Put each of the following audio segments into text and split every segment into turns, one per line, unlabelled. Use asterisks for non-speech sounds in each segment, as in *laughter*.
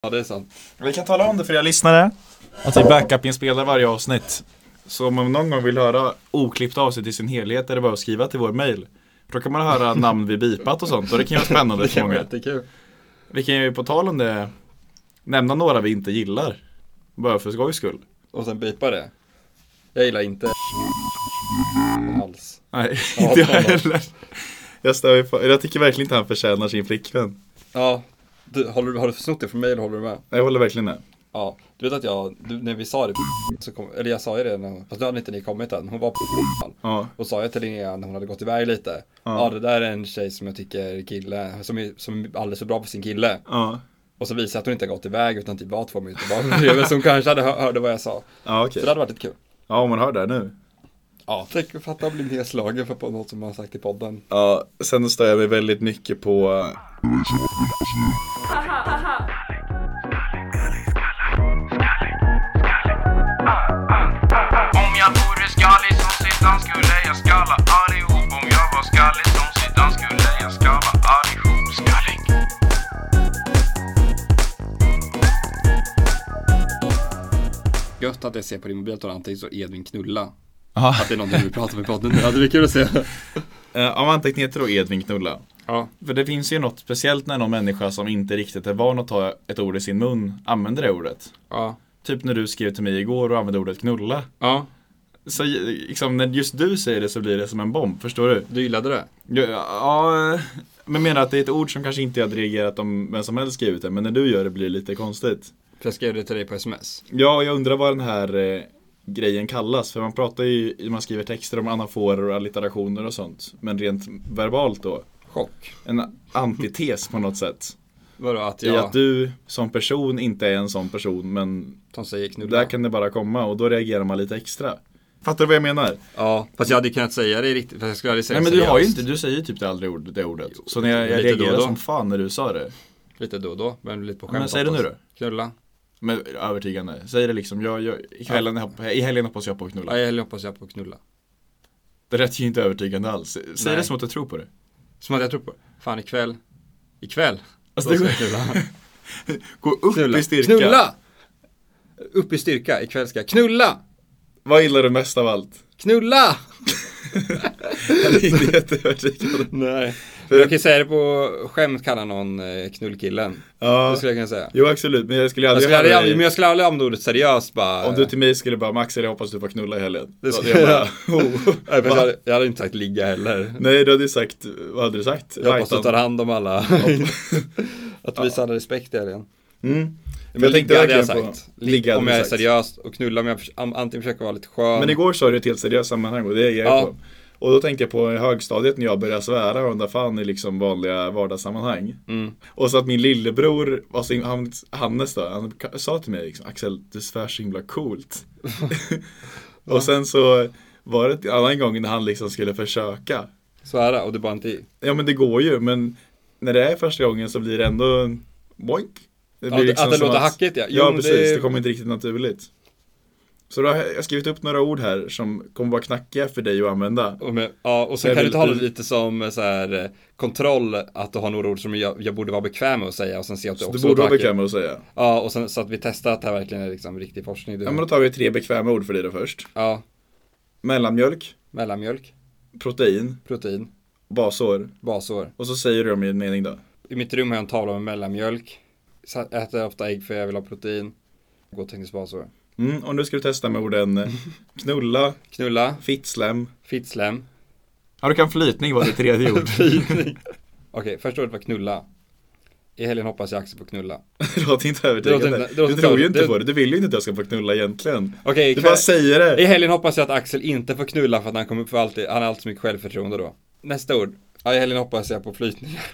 Ja, det är sant.
Vi kan tala om det för era lyssnare. Att vi backup-inspelar varje avsnitt. Så om man någon gång vill höra oklippt avsnitt i sin helhet är det bara att skriva till vår mail. Då kan man höra *laughs* namn vi bipat och sånt och det kan ju vara spännande
Det
för
kan vara
många.
jättekul.
Vi kan ju på tal om det nämna några vi inte gillar. Bara för skojs skull.
Och sen bipa det. Jag gillar inte alls.
Nej,
Ja,
*laughs* inte jag
fan då.
heller. Jag, stör mig på, jag tycker verkligen inte han förtjänar sin flickvän.
Ja, du, håller, du- har du snott det från mig eller håller du med?
Jag håller verkligen med.
Ja, du vet att jag, du, när vi sa det så kom, eller jag sa ju det när, fast nu hade inte ni kommit än, hon var på
Ja.
Och sa jag till Linnea när hon hade gått iväg lite, ja det där är en tjej som jag tycker kille, som är, som är alldeles för bra på sin kille.
Ja,
Och så visade det sig att hon inte har gått iväg utan typ var två minuter bakom bredvid, så hon kanske hade hör, hörde vad jag sa.
ja okej.
Så det hade varit lite kul.
Ja, om man hör det här nu.
Ja, tänk att fatta att bli nedslagen för på något som man har sagt i podden.
Ja, sen stör jag mig väldigt mycket på
Om jag vore skallig som Zidane skulle jag skalla allihop Om jag var skallig som Zidane skulle jag skalla allihop Skallig
Gött att jag ser på din mobil att du har antecknat så Edvin knulla.
Ja.
Att det är någonting vi pratar om i podden nu, hade det kul att se.
Eh, Av anteckningar och Edvin Knulla.
Ja.
För det finns ju något speciellt när någon människa som inte riktigt är van att ta ett ord i sin mun använder det ordet.
Ja.
Typ när du skrev till mig igår och använde ordet knulla.
Ja.
Så eh, liksom, när just du säger det så blir det som en bomb, förstår du?
Du gillade det?
Ja, Ja, eh, men jag menar att det är ett ord som kanske inte jag hade reagerat om vem som helst skrivit det, men när du gör det blir det lite konstigt.
För jag skrev det till dig på sms.
Ja, och jag undrar vad den här eh, grejen kallas, för man pratar ju, man skriver texter om anaforer och alliterationer och sånt, men rent verbalt då.
Chock.
En antites på något sätt.
Vadå att
I
jag,
att du som person inte är en sån person men
som säger knulla?
där kan det bara komma och då reagerar man lite extra. Fattar du vad jag menar?
Ja, fast jag hade ju kunnat säga det riktigt, för jag skulle aldrig säga
Nej men
det
du har ju
seriöst.
inte, du säger ju typ det aldrig ord, det ordet. så när jag,
lite då
jag
och
reagerade
då.
som fan när du sa det.
Lite då och då, men lite på skämt.
Men säg det nu
oftast.
då.
Knulla.
Men övertygande. Säg det liksom, jag, jag, i, helgen, i helgen hoppas jag på att
Ja,
knulla.
jag höll- hoppas jag på knulla.
Det lät ju inte övertygande alls. Säg
Nej.
det som att du tror på det.
Som att jag tror på det. Fan ikväll. Ikväll.
Alltså,
då
det
ska
går-
jag knulla.
Gå upp
Knulla.
i styrka.
Knulla! Upp i styrka, ikväll ska jag knulla!
Vad gillar du mest av *laughs* allt?
Knulla!
Det är inte jätteövertygande.
Nej. Men jag kan ju säga det på skämt kalla någon eh, knullkillen. Det
Ja,
skulle jag kunna säga.
jo absolut. Men jag skulle
Jag
aldrig
skulle aldrig,
höra
använda-
dig-
men jag skulle aldrig använda ordet seriöst bara.
Om du till mig skulle bara Max, jag hoppas du får knulla i helgen.
Det
Då hade
skulle
jag bara, oh.
*laughs* Nej, fast jag,
Va?
hade, jag hade inte sagt ligga heller.
Nej, du hade ju sagt, vad hade du sagt?
Jag hoppas du
Rajtan.
tar hand om alla. *laughs* att visa alla respekt i helgen.
Mm.
Men
jag tänkte
ligga hade jag
verkligen på-
sagt.
ligga hade
om
du
jag är
sagt.
seriös och knulla om jag förs- an- antingen försöker vara lite skön.
Men igår sa du ett helt seriöst sammanhang och det är jag
Ja.
på. Och då tänkte jag på i högstadiet när jag började svära och undra fan i liksom vanliga vardagssammanhang.
Mm.
Och så att min lillebror, var så, han, Hannes då, han ka- sa till mig liksom, Axel du svär så himla
*laughs*
coolt. *laughs* och sen så var det en annan gång när han liksom skulle försöka.
Svära och du bara inte i.
Ja men det går ju men när det är första gången så blir det ändå en boink. Det liksom
Ja, att- att det
som
låter hackigt, ja. Jo,
ja
men
precis,
det-
det... kommer inte riktigt naturligt. Så då har jag skrivit upp några ord här som kommer vara knackiga för dig att använda.
Och med, ja, och sen
Jag
kan du
vill
ta det
lite-
lite som eh, så här, eh, kontroll att du har några ord som jag, jag borde vara bekväm med att säga och sen se att du
Så
också
du borde vara
vacker.
bekväm med att säga.
Ja, och sen så att vi testar att det här verkligen är liksom riktig forskning. Du,
Ja men då tar vi tre bekväma ord för dig då först.
ja,
Mellanmjölk,
mellanmjölk,
protein,
protein,
basår.
basår.
Och så säger du dem i en mening då.
I mitt rum har jag en tavla med mellanmjölk. Så äter jag ofta ägg för jag vill ha protein. Gå tekniskt basår.
Mm, och nu ska du testa
*laughs*
med orden eh, knulla,
Knulla,
fitslem. *laughs*
fitslem.
Ja du kan flytning vara
*laughs*
det tredje ord.
Flytning. Okej, första ordet var knulla. I helgen hoppas jag Axel på knulla.
Det låter inte övertygande.
Det låter inte- det låter
du tror
inte-
ju inte
det-
på det. Du vill ju inte att jag ska få knulla egentligen.
Okej,
Du
ikväll-
bara säger
I *laughs*
det.
helgen hoppas jag att Axel inte får knulla för att han kommer för alltid, han har alltid så mycket självförtroende då. Nästa ord. Ja, i helgen hoppas jag på flytning. *laughs*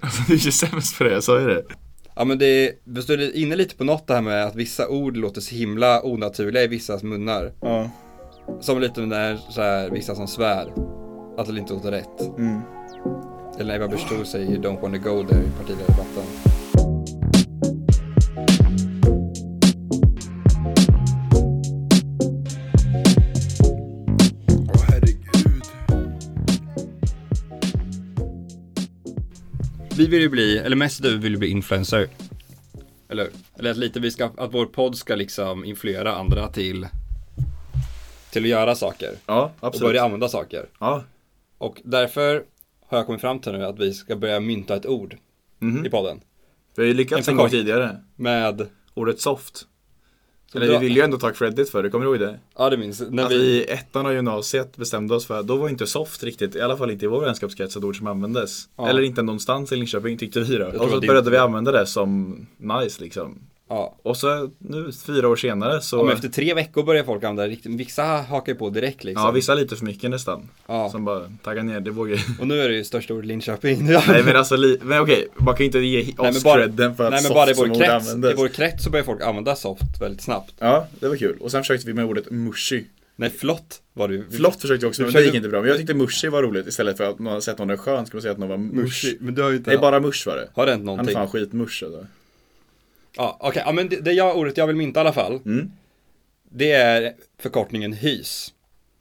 Alltså, du är ju sämst för det, jag sa ju det.
Ja men det består inne lite på något det här med att vissa ord låter så himla onaturliga i vissas munnar.
Ja.
Som lite när så här, vissa som svär. Att det inte låter rätt. Eller när Ebba Busch Thor säger "You don't wanna go there i partiledardebatten. Vi vill ju bli, eller mest du vill ju bli influencer. Eller Eller att lite vi ska, att vår podd ska liksom influera andra till till att göra saker
Ja,
och
absolut.
börja använda saker.
Ja,
Och därför har jag kommit fram till nu att vi ska börja mynta ett ord
Mhm.
i podden.
vi har ju lyckats
Inför
en gång
kort.
tidigare.
Med,
Ordet soft.
Så
Eller
bra.
vi vill ju ändå ta credit för det, kommer du ihåg det?
ja det minns när
Att
vi,
Alltså vi i ettan av gymnasiet bestämde oss för, då var inte soft riktigt, i alla fall inte i vår vänskapskrets, ett ord som användes.
Ja.
Eller inte någonstans i Linköping tyckte vi då.
tror
Och så
att det-
började vi använda det som nice liksom.
ja.
Och så nu fyra år senare så,
Om efter tre veckor börjar folk använda det riktigt, vissa hakar ju på direkt liksom.
ja vissa lite för mycket nästan.
Ja.
Som bara taggar ner, det vågar
Och nu är det ju största ordet Linköping. *laughs*
Nej men alltså, li... men okej, man kan ju inte ge oss
Nej, men bara,
credden för att
nej, men
soft
bara i
som
vår,
ord
krets, i
användes.
vår krets så börjar folk använda soft väldigt snabbt.
Ja, det var kul. Och sen försökte vi med ordet mushy.
Nej, flott var det ju. Vi-
Flott försökte vi också,
Vi
men det
Mm. försökte-
gick inte bra. Men jag tyckte mushy var roligt istället för att man har sett någon är skön, skulle man säga att någon var mushy.
Mushi. Men du har ju inte...
Nej, bara mush var det.
Har det hänt
Han är
någonting?
fan skitmush alltså.
Ja, okej. Ja, men det, det jag, ordet jag vill mynta i alla fall.
Mm.
Det är förkortningen hys.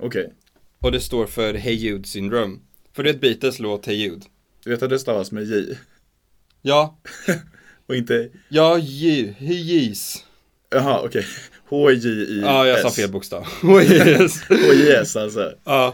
Okej.
Och det står för Hey Jude syndrome. För det är ett Beatles låt Hey Jude.
Du vet att det stavas med J?
Ja,
Och inte...
ja, ju, hys.
Jaha, okej. H-J-I-S.
Ja, jag sa fel bokstav. *laughs* Hys.
H-J-S alltså.
Ja,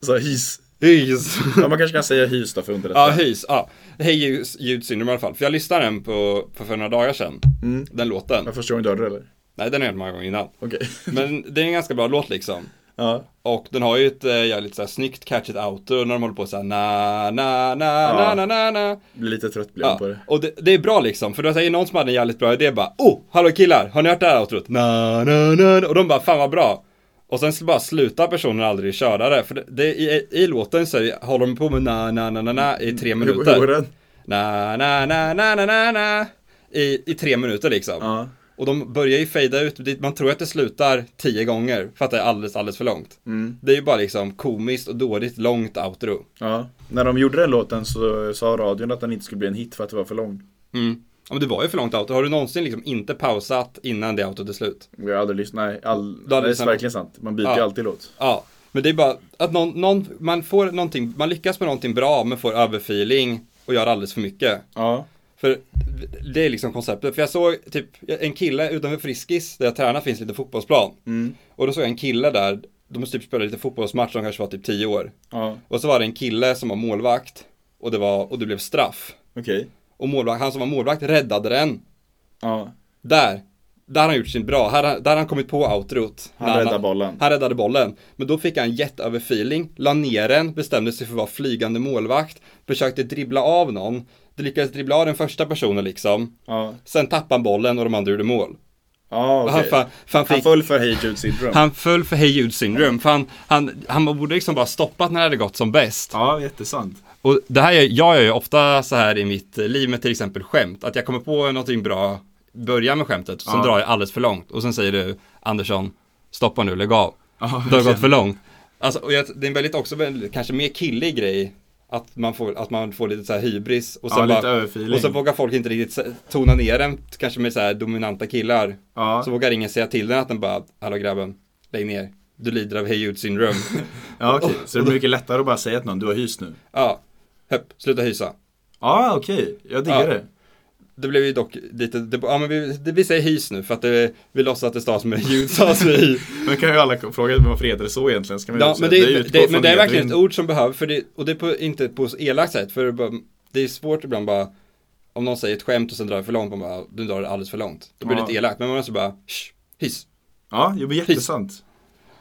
Så hys.
hys.
Ja, man kanske kan säga hys då för att underlätta.
Ja, hys. Ja, Hey Jude Jude syndrome i alla fall. För jag lyssnade den på, på för några dagar sedan.
Mm.
Den låten.
Jag förstår inte dörr eller?
Nej, den har jag hört många gånger innan.
Okej.
Men det är en ganska bra låt liksom.
Ja.
Och den har ju ett eh, jävligt såhär snyggt catchigt outro när de håller på såhär na na na
Ja.
na na na na
Blir lite trött blir jag
ja.
på det.
Och det, det är bra liksom, för då säger någon som hade en jävligt bra idé bara Oh, hallå killar, har ni hört det här outrot? Na na na na. Och de bara fan vad bra Och sen så bara slutar personen aldrig köra det, för det, det, i, i låten så är det, håller de på med na na na na na i tre
Hur går
minuter
den?
Na na na na na na na i, I tre minuter liksom
Ja.
och de börjar ju fejda ut, dit man tror att det slutar tio gånger för att det är alldeles, alldeles för långt.
Mm.
Det är ju bara liksom komiskt och dåligt långt outro.
Ja. När de gjorde den låten så sa radion att den inte skulle bli en hit för att det var för lång.
Mm. Ja, men det var ju för långt outro. Har du någonsin liksom inte pausat innan det outrot är slut?
Jag har aldrig lyssnat. Nej, all...
Du har aldrig
det är
lyssnat?
verkligen sant. Man byter ju
Ja.
alltid låt.
Ja, men det är bara att någon, någon, man får någonting, man lyckas med någonting bra men får överfeeling och gör alldeles för mycket.
Ja.
För det är liksom konceptet. För jag såg typ en kille utanför Friskis där jag tränar finns lite fotbollsplan.
Mm.
Och då såg jag en kille där, de typ spelade lite fotbollsmatch, de kanske var typ tio år.
Ja.
Och så var det en kille som var målvakt och det, var, och det blev straff.
Okej.
Och målvakt, han som var målvakt räddade den.
Ja.
Där! Där har han gjort sin bra, här, har- där har han kommit på outrot.
Han
När
räddade bollen.
Han räddade bollen. Men då fick han jätteöverfeeling, la ner den, bestämde sig för att vara flygande målvakt, försökte dribbla av någon, det lyckades dribbla av den första personen liksom.
Ja.
Sen tappade han bollen och de andra gjorde mål.
Ja,
Och
okej.
Han, fan, fan
Han
fick,
föll för Hey Jude syndrome.
han föll för Hey Jude syndrome, för han, han, han borde liksom bara stoppat när det hade gått som bäst.
Ja, jättesant.
Och det här, gör- jag gör ju ofta så här i mitt liv med till exempel skämt, att jag kommer på någonting bra, börjar med skämtet, sen
Ja.
drar jag alldeles för långt och sen säger du Andersson, stoppa nu, lägg av.
Ja,
Det har gått för långt. Alltså, och jag, det är en väldigt också, väldigt- kanske mer killig grej, att man får, att man får lite så här hybris och sen
Ja, lite
bara,
överfeeling.
och så vågar folk inte riktigt s- tona ner den, kanske med så här dominanta killar.
Ja.
Så vågar ingen säga till den att den bara, hallå grabben, lägg ner, du lider av hey
*laughs*
syndrom.
Ja, okej. Så det blir mycket lättare att bara säga till någon, du har hys nu.
ja, höpp, sluta hysa.
Ja, okej. Jag diggar
Ja.
det.
Det blev ju dock lite, det, ja men vi, det, vi säger hys nu för att det, vi låtsas att det stavas med ljud, stavas med hy.
Men kan ju alla fråga varför heter det så egentligen? Ska man ju
Ja,
säga.
men det, är-
utgår
det,
från
men det är verkligen ett
nedring.
ord som behövs, för det, och det är på, inte på ett elakt sätt, för det, är bara- det är svårt ibland bara, om någon säger ett skämt och sen drar det för långt, man bara, du drar det alldeles för långt. Det blir
Ja.
lite elakt, men man måste bara, shh, hys.
Ja, jo, men jättesant.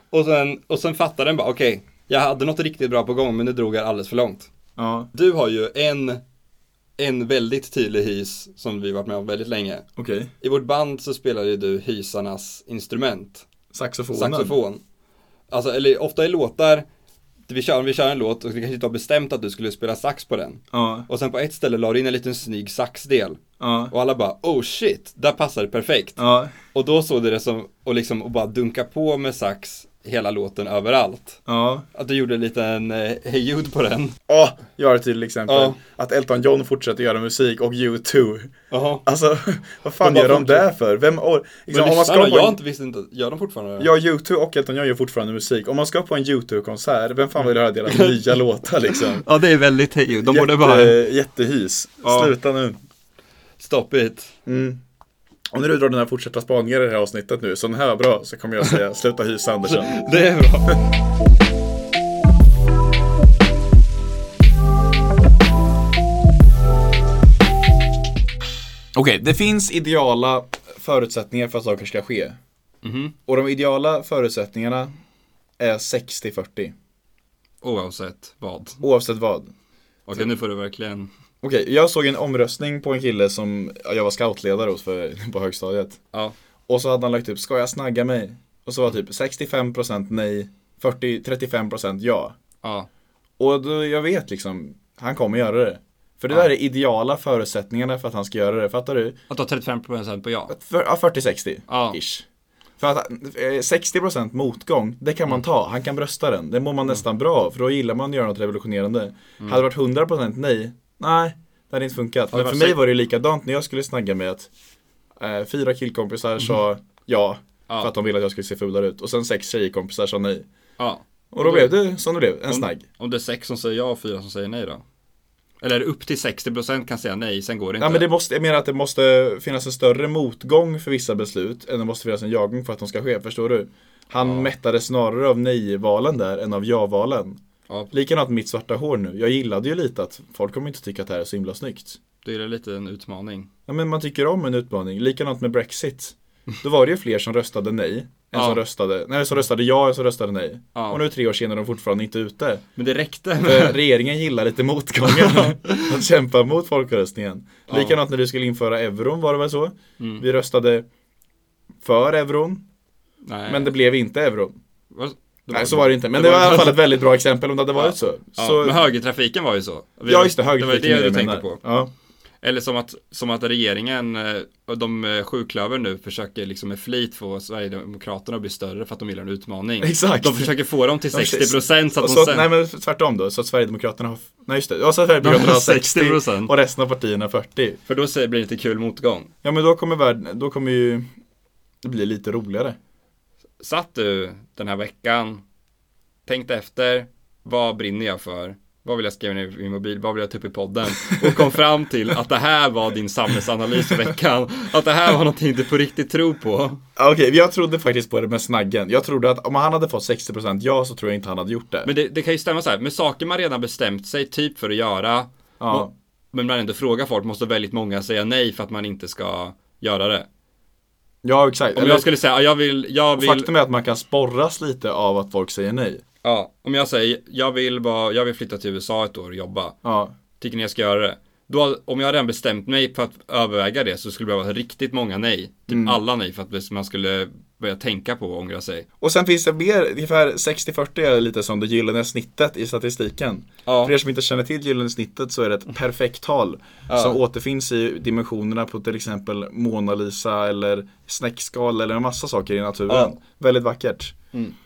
Och sen, och sen fattar den bara, okej, jag hade något riktigt bra på gång, men nu drog jag det alldeles för långt.
Ja,
Du har ju en, en väldigt tydlig hys som vi varit med om väldigt länge.
okej.
I vårt band så spelade ju du hysarnas instrument,
Saxofonen.
saxofon. Alltså, eller ofta i låtar, vi kör, vi kör en låt och det kanske inte var bestämt att du skulle spela sax på den.
Ja,
Och sen på ett ställe la du in en liten snygg saxdel.
ja,
Och alla bara, oh shit, där passar det perfekt.
ja,
Och då såg du det som, och liksom, och bara dunka på med sax hela låten överallt.
ja.
Att du gjorde en liten eh, Hey Jude på den.
Ja, jag har ett till exempel.
Ja.
Att Elton John fortsätter göra musik och U2.
Jaha.
Alltså, *laughs* vad fan
De bara
gör de
fortsätter.
där för? Vem or-
Men
liksom, om man ska
lyssnarna,
på en-
jag inte visste inte, gör de fortfarande det?
Ja, U2 och Elton John gör fortfarande musik. Om man ska på en U2-konsert, vem fan vill höra deras *laughs* nya låtar liksom?
Ja, det är väldigt Hey Jude, de
Jätte, Jättehys.
Ja.
Sluta nu.
Stop it.
Mm. Om du drar dina fortsatta spaningar i det här avsnittet nu, så den här var bra, så kommer jag säga *laughs* sluta hysa Andersen.
Det är bra.
Okej, det finns ideala förutsättningar för att saker ska ske. Och de ideala förutsättningarna är 60-40,
Oavsett vad.
oavsett vad.
Okej, nu får du verkligen...
Okej, jag såg en omröstning på en kille som jag var scoutledare hos för, *laughs* på högstadiet.
Ja.
Och så hade han lagt upp, ska jag snagga mig? Och så var typ 65% nej, 40, 35% ja.
Ja.
Och då, jag vet liksom, han kommer göra det. För det där är ideala förutsättningarna för att han ska göra det, fattar du?
Att ta 35% på ja.
För, ja, 40-60
Ja.
ish. För att eh, 60% motgång, det kan man ta, han kan brösta den. Det mår man nästan bra av, för då gillar man att göra något revolutionerande. Hade det varit 100% nej, nej, det hade inte funkat.
det
Men för
varit
mig
sex-
var det likadant när jag skulle snagga med att eh, fyra killkompisar sa ja, för att de ville att jag skulle se fulare ut. Och sen sex tjejkompisar sa nej.
Ja.
Och då blev Mm. det som det blev, en snagg.
Om det är sex som säger ja och fyra som säger nej då? Eller är det upp till 60% kan säga nej, sen går det inte.
Ja, men det måste, jag menar att det måste finnas en större motgång för vissa beslut än det måste finnas en jagång för att de ska ske, förstår du? Han mättades snarare av nej-valen där än av ja-valen.
Ja,
Likadant mitt svarta hår nu. Jag gillade ju lite att folk kommer inte tycka att det här är så himla snyggt.
det är lite en utmaning.
Ja, men man tycker om en utmaning. Likadant med Brexit. Då var det ju fler som röstade nej än
Ja.
som, röstade, nej, som röstade ja än som röstade nej.
Ja.
Och nu tre år senare är de fortfarande inte ute.
Men det räckte.
För regeringen gillar lite motgångar. De kämpar mot folkomröstningen. Likadant när du skulle införa euron var det väl så?
Mm.
Vi röstade för euron,
*laughs* nej.
men det blev inte euron.
Vad- det
Nej, så var det inte. Men det var i alla fall ett väldigt bra exempel om det hade varit så.
Ja,
så
men högertrafiken var ju så. Vi-
ja, just det.
Det var
Högerpolitik
det
är
du
jag
tänkte
menar.
på.
Ja.
Eller som att, som att regeringen eh, och de eh, sjuklöver nu försöker liksom med flit få Sverigedemokraterna att bli större för att de gillar en utmaning.
Exakt.
De försöker få dem till
De-
60 procent så att
Och
de
så,
sen...
nej men tvärtom då, så att Sverigedemokraterna har, nej just det, ja, så att Sverigedemokraterna har 60
60%.
och resten av partierna 40.
För då säger- blir det inte kul motgång.
Ja men då kommer världen, då kommer ju det bli lite roligare.
Satt du den här veckan, tänkte efter, vad brinner jag för? Vad vill jag skriva ner i min mobil? Vad vill jag ta upp i podden? Och kom fram till att det här var din samhällsanalys för veckan. Att det här var någonting du på riktigt tror på.
Ja, Okej, jag trodde faktiskt på det med snaggen. Jag trodde att om han hade fått 60% ja så tror jag inte han hade gjort det.
Men det, det kan ju stämma så här, med saker man redan bestämt sig typ för att göra,
ja.
men man ändå frågar folk, måste väldigt många säga nej för att man inte ska göra det.
ja, exakt.
Om
Eller,
jag skulle säga, "Ja, jag vill, jag vill,
Faktum är att man kan sporras lite av att folk säger nej.
ja, om jag säger, jag vill, vara, jag vill flytta till USA ett år och jobba,
Ja,
tycker ni jag ska göra det? Då, om jag redan bestämt mig för att överväga det så skulle det behöva riktigt många nej, typ alla nej för att man skulle börja tänka på och ångra sig.
Och sen finns det mer, ungefär 60-40 är lite som det gyllene snittet i statistiken.
Ja.
För er som inte känner till gyllene snittet så är det ett perfekt tal som återfinns i dimensionerna på till exempel Mona Lisa eller snäckskal eller en massa saker i naturen.
Ja. Mm.
Väldigt vackert.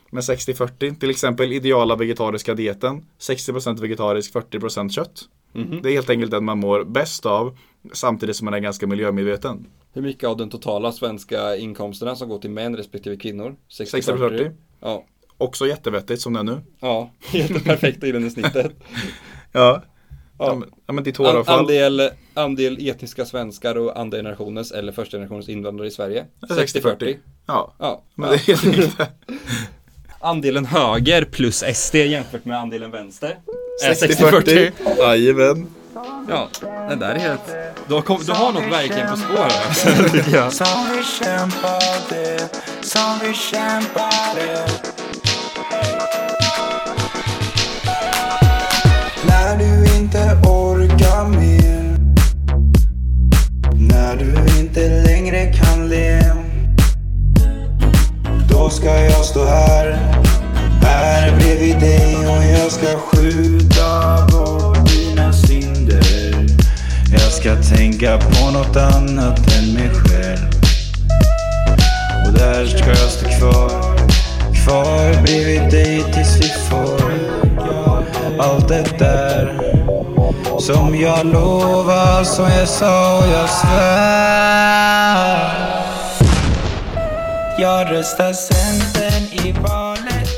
Men 60-40, till exempel ideala vegetariska dieten, 60% vegetarisk, 40% kött.
Mhm.
Det är helt enkelt den man mår bäst av samtidigt som man är ganska miljömedveten.
Hur mycket av den totala svenska inkomsterna som går till män respektive kvinnor?
60-40.
Ja.
Också jättevettigt som det är nu.
Ja, *laughs* jätteperfekt i det snittet.
Ja.
Ja.
Ja, men, ja, men ditt
An-
håravfall.
andel, andel etniska svenskar och andra generationens eller första generationens invandrare i Sverige. 60-40.
Ja.
Ja.
Men det är helt *laughs* rätt.
Andelen höger plus SD jämfört med andelen vänster. är 60-40.
60-40. Jajamän.
Ja, det där är helt... Du har, kom, du har något verkligen på spåren.
Som vi kämpade, som vi kämpade När du inte orkar mer När du inte längre kan le Då ska jag stå här, här bredvid dig och jag ska skjuta bort dina synder Jag ska tänka på något annat än mig själv och där ska jag stå kvar Kvar bredvid dig tills vi får Allt det där Som jag lovar, som jag sa och jag svär Jag röstar Centern i valet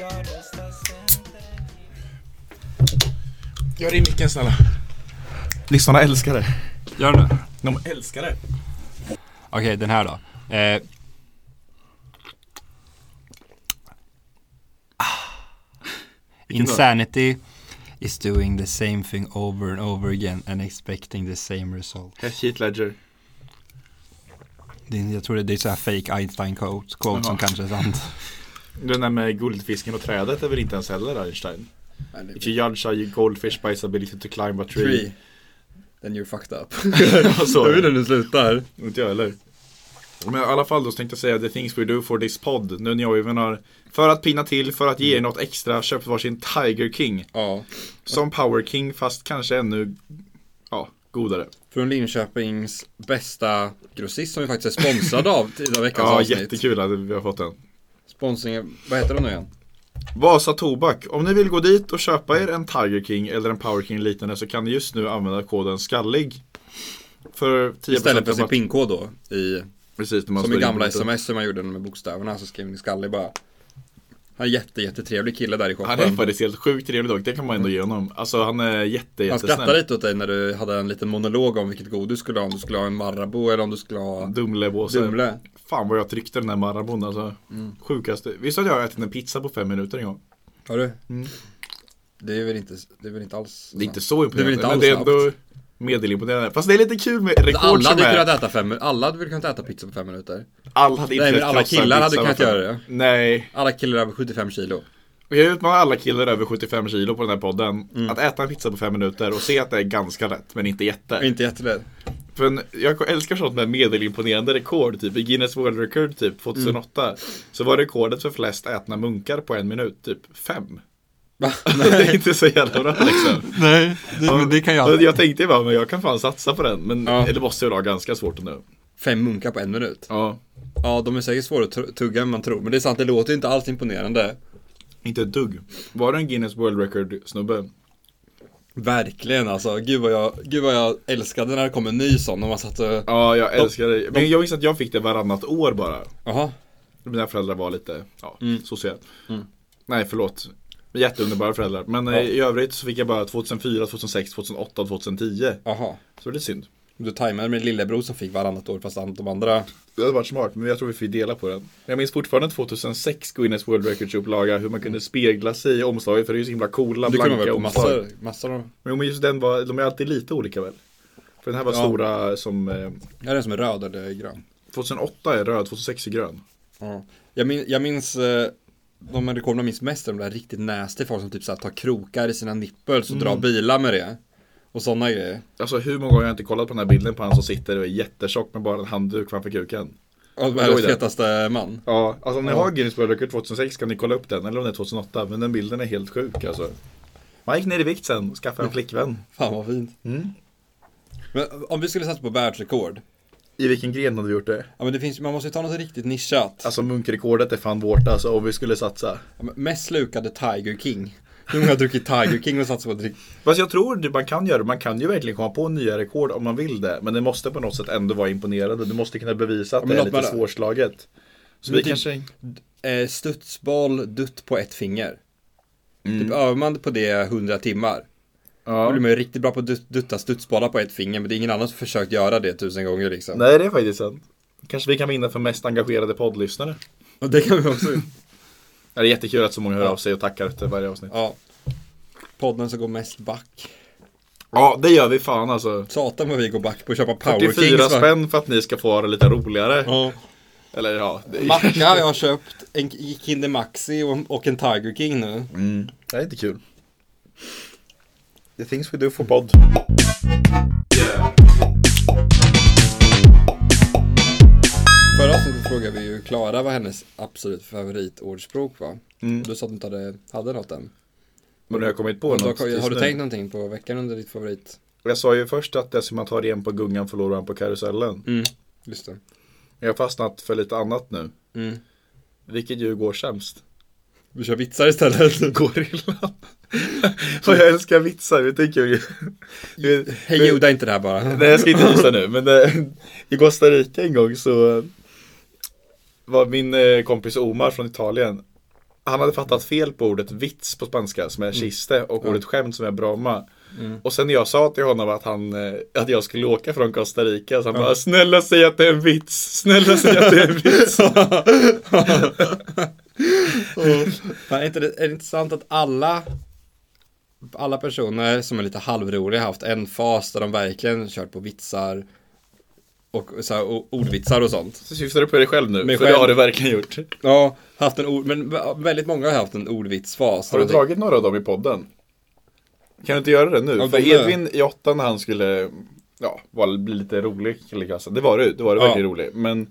Jag röstar Centern
Gör det i micken snälla. Lyssnarna älskar det.
Gör det.
De älskar det.
*laughs* Okej, den här då. Eh. Insanity is doing the same thing over and over again and expecting the same result.
Heath Ledger.
Det, jag tror det, det är så här fake Einstein quote, quote som
Jaha.
kanske är sant.
Den där med guldfisken och trädet är väl inte ens heller Einstein? If you judge a goldfish by its ability to climb a tree.
Tree. Then you're fucked
*laughs*
up.
*laughs* Ja, så.
hur den slutar.
Inte jag heller. Men i alla fall då så tänkte jag säga The Things We Do For This Pod. Nu när jag även har, för att pinna till, för att ge er något extra, köpt varsin Tiger King.
ja.
Som Power King fast kanske ännu, ja, godare.
Från Linköpings bästa grossist som vi faktiskt är sponsrade av i veckans
Ja,
avsnitt.
jättekul att vi har fått den.
Sponsringen, vad heter de nu igen?
Vasa Tobak. Om ni vill gå dit och köpa er en Tiger King eller en Power King liknande så kan ni just nu använda koden SKALLIG. För 10%
Istället för sin
rabatt.
pinkod då. I,
Precis, när man
som i
slår in
gamla
på lite.
sms som man gjorde med bokstäverna så skrev ni skallig bara. Han är jätte, jättetrevlig kille där i
Han är
shoppen.
faktiskt helt sjukt trevlig dock, det kan man ändå ge honom. Alltså han är jätte,
Mm. Han
jättesnäll.
skrattade lite åt dig när du hade en liten monolog om vilket god du skulle ha. Om du skulle ha en Marabou eller om du skulle ha
Dumlebåse.
Dumle. Mm.
Fan vad jag tryckte den där Marabon alltså. Sjukaste. Visst att jag har ätit en pizza på fem minuter en gång?
Har du? Det är väl inte, det är väl inte alls
Mm. Det är inte så
Det är väl
imponerande.
inte
men
alls
det är ändå medelimponerande. Fast det är lite kul med rekord
alla
som
hade,
är.
kunnat äta fem, alla hade väl kunnat äta pizza på fem minuter.
Alla hade inte
Nej, men
kunnat
alla
krossa en
killar hade
pizza
kunnat
med fem-
göra det.
Nej.
Alla killar över 75 kilo.
Och jag utmanar alla killar över 75 kilo på den här podden.
Mm.
Att äta en pizza på fem minuter och se att det är ganska lätt men inte jätte.
Mm.
Inte jättelätt.
För en, jag älskar sånt med medelimponerande rekord, typ i Guinness World Record typ 2008
Mm.
Så var rekordet för flest ätna munkar på en minut typ fem
Va?
*laughs* Det är inte så jävla bra liksom
*laughs* Nej, det, men det kan jag.
Och Jag tänkte ju bara, men jag kan fan satsa på den Men
Ja.
det måste ju vara ganska svårt ändå
Fem munkar på en minut.
Ja
Ja, de är säkert svåra att tr- tugga än man tror. Men det är sant, det låter ju inte alls imponerande.
Inte ett dugg Var det en Guinness World Record snubbe?
Verkligen alltså. Gud vad jag, gud vad jag älskade när det kom en ny sån. Och man satt och...
Ja, jag älskar det Men jag minns att jag fick det varannat år bara
Jaha.
Mina föräldrar var lite, ja,
Mm.
sociala. Nej, förlåt. Jätteunderbara föräldrar. Men eh, i övrigt så fick jag bara 2004, 2006, 2008 och 2010.
Jaha.
Så det är synd.
Du tajmade med lillebror som fick varannat år fast de andra.
Det hade varit smart, men jag tror vi fick dela på den. Jag minns fortfarande 2006 Guinness World Records upplaga, hur man kunde spegla sig i omslaget, för det är ju så himla coola,
Du Mm. kunde vara
blanka
på
omslag.
massor, massor av...
Men men just den var, de är alltid lite olika väl? För den här var
Ja.
stora som, eh,
Är den som är röd eller grön?
2008 är röd, 2006 är grön.
Ja. Jag, min, jag minns eh, de rekorden jag minns mest är de där riktigt nasty folk som typ så här, tar krokar i sina nipples och
Mm.
drar bilar med det. Och sådana grejer.
Alltså hur många gånger har jag inte kollat på den här bilden på han som sitter och är jättetjock med bara en handduk framför kuken?
Och
Oj
världens
då.
fetaste man.
Ja, alltså om ni har Guinness World Record 2006 kan ni kolla upp den, eller om det är 2008, men den bilden är helt sjuk alltså. Man gick ner i vikt sen och skaffade en flickvän.
Fan vad fint.
Mm.
Men om vi skulle satsa på världsrekord.
I vilken gren hade vi gjort det?
Ja men det finns, man måste ju ta något riktigt nischat.
Alltså munkrekordet är fan vårt alltså, om vi skulle satsa.
Ja, men Mest slukade Tiger King. Hur många har druckit Tiger King och satsat på att dricka?
Fast jag tror det man kan göra, man kan ju verkligen komma på nya rekord om man vill det. Men det måste på något sätt ändå vara imponerande, du måste kunna bevisa att
men
det är
något
lite
med-
svårslaget. Så
Men
vi
typ-
kanske...
Eh, studsboll, dutt på ett finger. Typ övar man på det 100 timmar. Då
Mm. Ja.
blir man ju riktigt bra på att dut- dutta studsbollar på ett finger. Men det är ingen annan som försökt göra det tusen gånger liksom.
Nej, det är faktiskt sant. Kanske vi kan vinna för mest engagerade poddlyssnare.
Och det kan vi också *laughs*
Ja, Det är jättekul att så många hör av sig och tackar efter varje avsnitt.
Ja. Podden som går mest back.
Ja, det gör vi fan alltså.
Satan vad vi går back på att köpa Power
44
Kings. va?
spänn för att ni ska få ha det lite roligare.
Ja.
Eller ja, det är,
Macka jag har köpt, en Kinder Maxi och, och en Tiger King nu.
det är inte kul. Mm. The things we do for podd.
Förra avsnittet frågade vi ju Klara vad hennes absolut favoritordspråk var. Du sa att du inte hade, hade något än.
Men nu har Mm. jag kommit på
Och
något.
då, har,
just
du
nu.
tänkt någonting på veckan under ditt favorit?
Jag sa ju först att det som man tar igen på gungan förlorar man på karusellen.
Mm. Just det.
Jag har fastnat för lite annat nu.
Mm.
Vilket ju
*laughs*
går sämst.
Vi kör vitsar
*laughs*
istället.
Gorillan. Och jag älskar vitsar, det är kul ju. Du vet-
Hej Juda inte det här bara.
Nej jag ska inte visa nu men eh, *laughs* i Costa Rica en gång så eh, var min eh, kompis Omar från Italien
Mm.
han hade fattat fel på ordet vits på spanska som är kiste och ordet skämt som är broma. Och sen när jag sa till honom att, han, eh, att jag skulle åka från Costa Rica, så han bara snälla säg att det är en vits, snälla säg att det är
*laughs*
en vits.
Men är, inte det, är det inte sant att alla alla personer som är lite halvroliga har haft en fas där de verkligen kört på vitsar och så här, o- ordvitsar och sånt.
så syftar du på dig själv nu,
Mig
för
själv.
det har du verkligen gjort.
Ja, haft en ord, men väldigt många har haft en ordvitsfas.
Har du dragit några av dem i podden? Kan du inte göra det nu?
Ja,
För
de är-
Edvin i åttan när han skulle ja, vara- bli lite rolig kille i klassen. Det var du, det var du
Ja.
verkligen rolig. Men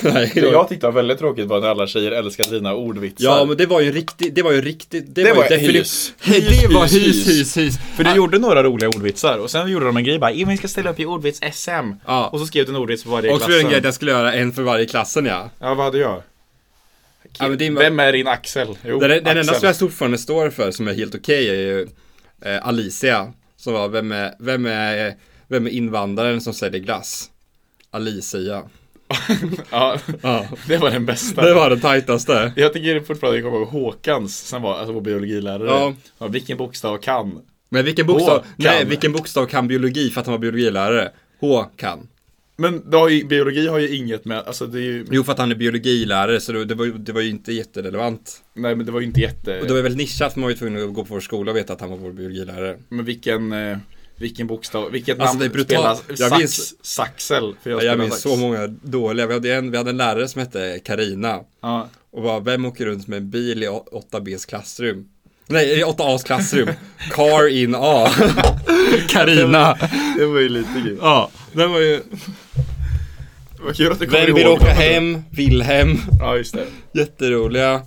Nej,
*laughs* det jag tyckte var väldigt tråkigt var när alla tjejer älskade dina ordvitsar.
Ja, men det var ju en riktig, det var ju en riktig, det,
det
var
var
ju
ett
definitivt-
hys.
Det var hys, hys, hys.
För du gjorde några roliga ordvitsar och sen gjorde de en grej bara Edvin ska ställa upp i ordvits-SM.
Ja.
Och så skrev du en ordvits på varje
Och så var det en grej
klassen.
att jag skulle göra en för varje klassen ja.
Ja, vad hade jag?
ja men det, är-
Vem är din Axel? Jo,
den, den enda som
Axel.
jag fortfarande står för som är helt okej är ju eh, Alicia. Som var, vem är, vem är, vem är invandraren som säljer glass? Alicia.
*laughs* Ja,
Ja,
det var den bästa.
det var den tajtaste.
Jag tycker fortfarande jag kommer ihåg Håkans, som var alltså vår biologilärare.
Ja.
Ja. vilken bokstav kan?
Men vilken bokstav,
H kan.
nej, vilken bokstav kan biologi för att han var biologilärare? H kan.
Men det har ju, biologi har ju inget med, alltså det är ju,
Jo, för att han är biologilärare så det, det, var, ju- det var ju inte jätterelevant.
nej men det var ju inte jätte,
Och det var väldigt nischat för man var ju tvungen att gå på vår skola och veta att han var vår biologilärare.
men vilken, eh, vilken bokstav, vilket
Alltså,
namn
det är brutalt.
spelas?
Jag
sax,
minns-
saxel, för jag,
Jag
spelar
minns
sax.
så många dåliga. Vi hade en, vi hade en lärare som hette Karina
Ja.
och bara, vem åker runt med en bil i 8Bs klassrum? Nej, i 8As klassrum. Car in
*laughs*
A. Karina.
Det var ju lite kul.
Ja, den var ju...
Vad kul att du kommer
Vem vill
ihåg
åka
dem.
hem? Wilhelm.
Ja just det.
Jätteroliga.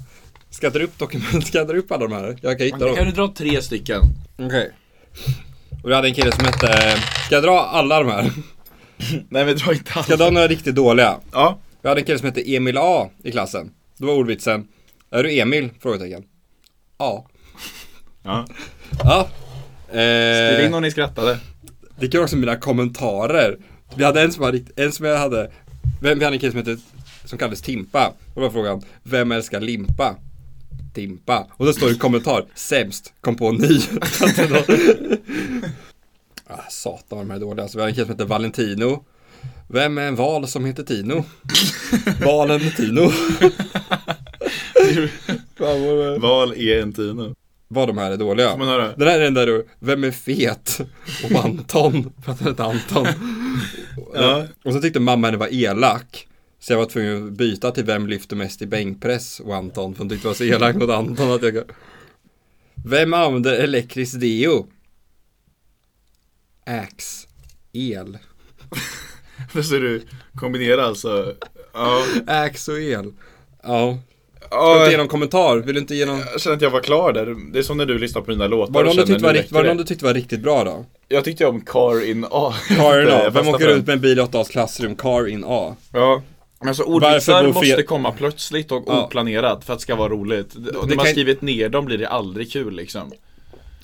Ska jag dra upp dokument? Ska jag dra upp alla de här? Jag kan hitta dem.
Kan du dra tre stycken?
Okej. Och jag hade en kille som hette... Ska jag dra alla de här?
Nej men dra inte
Ska jag
alla.
dra några riktigt dåliga?
Ja.
Vi hade en kille som hette Emil A i klassen. Då var ordvitsen. Är du Emil? Frågetecken. Ja.
ja.
Ja.
Skriv in
Eh,
om ni skrattade.
det kan också mina kommentarer. Vi hade en som, var rikt- en som jag hade. Vem, vi hade en kille som hette, som kallades Timpa. Och då var frågan, vem älskar limpa? Timpa. Och då står det i kommentar, sämst, kom på en ny. *laughs* Alltså då- ah, satan vad de här är dåliga. Alltså, vi hade en kille som hette Valentino. Vem är en val som heter Tino? Valen Tino.
Val
E
är en tino.
vad de här är dåliga.
man höra?
Den här är den där du, vem är fet? Och Anton, *laughs* för att han hette Anton.
Ja.
Och så tyckte mamma henne var elak. Så jag var tvungen att byta till vem lyfter mest i bänkpress och Anton, för hon tyckte jag var så elak mot Anton att jag Vem använder elektrisk deo? Ax. El.
*laughs* Då ska du kombinera alltså. Ja.
Ax och el. Ja. Vill du
ja
inte ge någon kommentar? Vill du inte ge någon?
jag känner att jag var klar där. Det är som när du lyssnar på mina låtar.
Var det någon
och
du
känner,
tyckte var,
nu
rikt... var det
räcker
någon du tyckte var riktigt bra då?
Jag tyckte om Car in A. *laughs*
Car in A.
Jag
Vem
fastnade
åker
för den.
runt med en bil i 8 klassrum? Car in A.
Ja. Men alltså
Varför
ordvitsar
bor
måste
Fred-
komma plötsligt och
Ja.
oplanerat för att det ska vara roligt. Det, när
det
man
kan-
skrivit ner dem blir det aldrig kul liksom.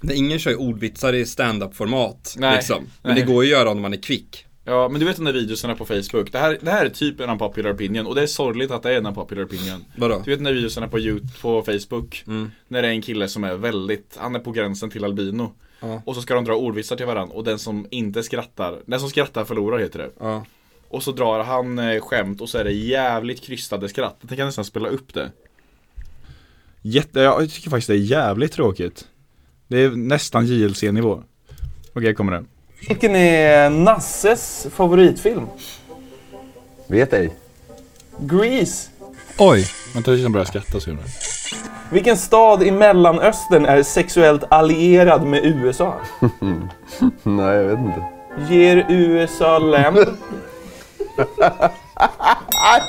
Nej, ingen kör ju ordvitsar i stand-up-format.
Nej,
Liksom. Men
nej.
det går ju att göra om man är kvick.
Ja, men du vet de där videorna på Facebook. Det här, det här är typ en unpopular opinion och det är sorgligt att det är en unpopular opinion.
Vadå?
Du vet de där videorna på, YouTube, på Facebook. När det är en kille som är väldigt, han är på gränsen till albino.
Ja.
Och så ska de dra ordvitsar till varandra och den som inte skrattar, den som skrattar förlorar heter det.
Ja.
Och så drar han eh, skämt och så är det jävligt krystade skratt. Jag tänker nästan spela upp det. Jätte, jag tycker faktiskt det är jävligt tråkigt. Det är nästan JLC-nivå. Okej, här kommer den.
Vilken är Nasses favoritfilm?
Vet ej.
Grease.
Oj!
Vänta tills han börjar skratta så gör det.
Vilken stad i Mellanöstern är sexuellt allierad med USA?
*laughs* Nej, jag vet inte.
Ger USA lämn?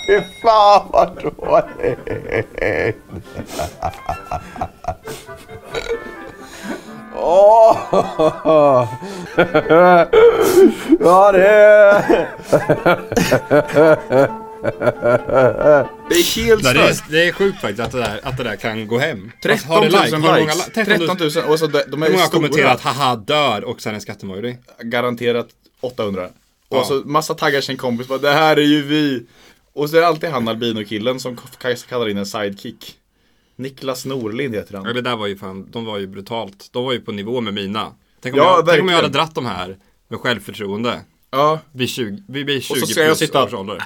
Fy fan vad dåligt! Åh! Ja, det är...
Det är helt
Det
stört!
är, det är sjukt faktiskt att det där, att det där kan gå hem. Alltså,
13
har
000
det like? Har det många
likes!
li- 13 000.
13 000 och så de, de är
Hur många har
stora.
kommenterat haha dör och sen en skattemojory?
Garanterat 800. Och så massa taggar sin kompis bara det här är ju vi! Och så är det alltid han albinokillen som k- kallar in en sidekick. Niklas Norlind heter
Ja
han.
det där var ju fan, de var ju brutalt. De var ju på nivå med mina. Tänk om,
Ja,
jag, tänk om jag
verkligen.
hade dratt de här med självförtroende.
Ja,
Vid 20, vi blir 20
så ska jag
plus
sitta-
års ålder.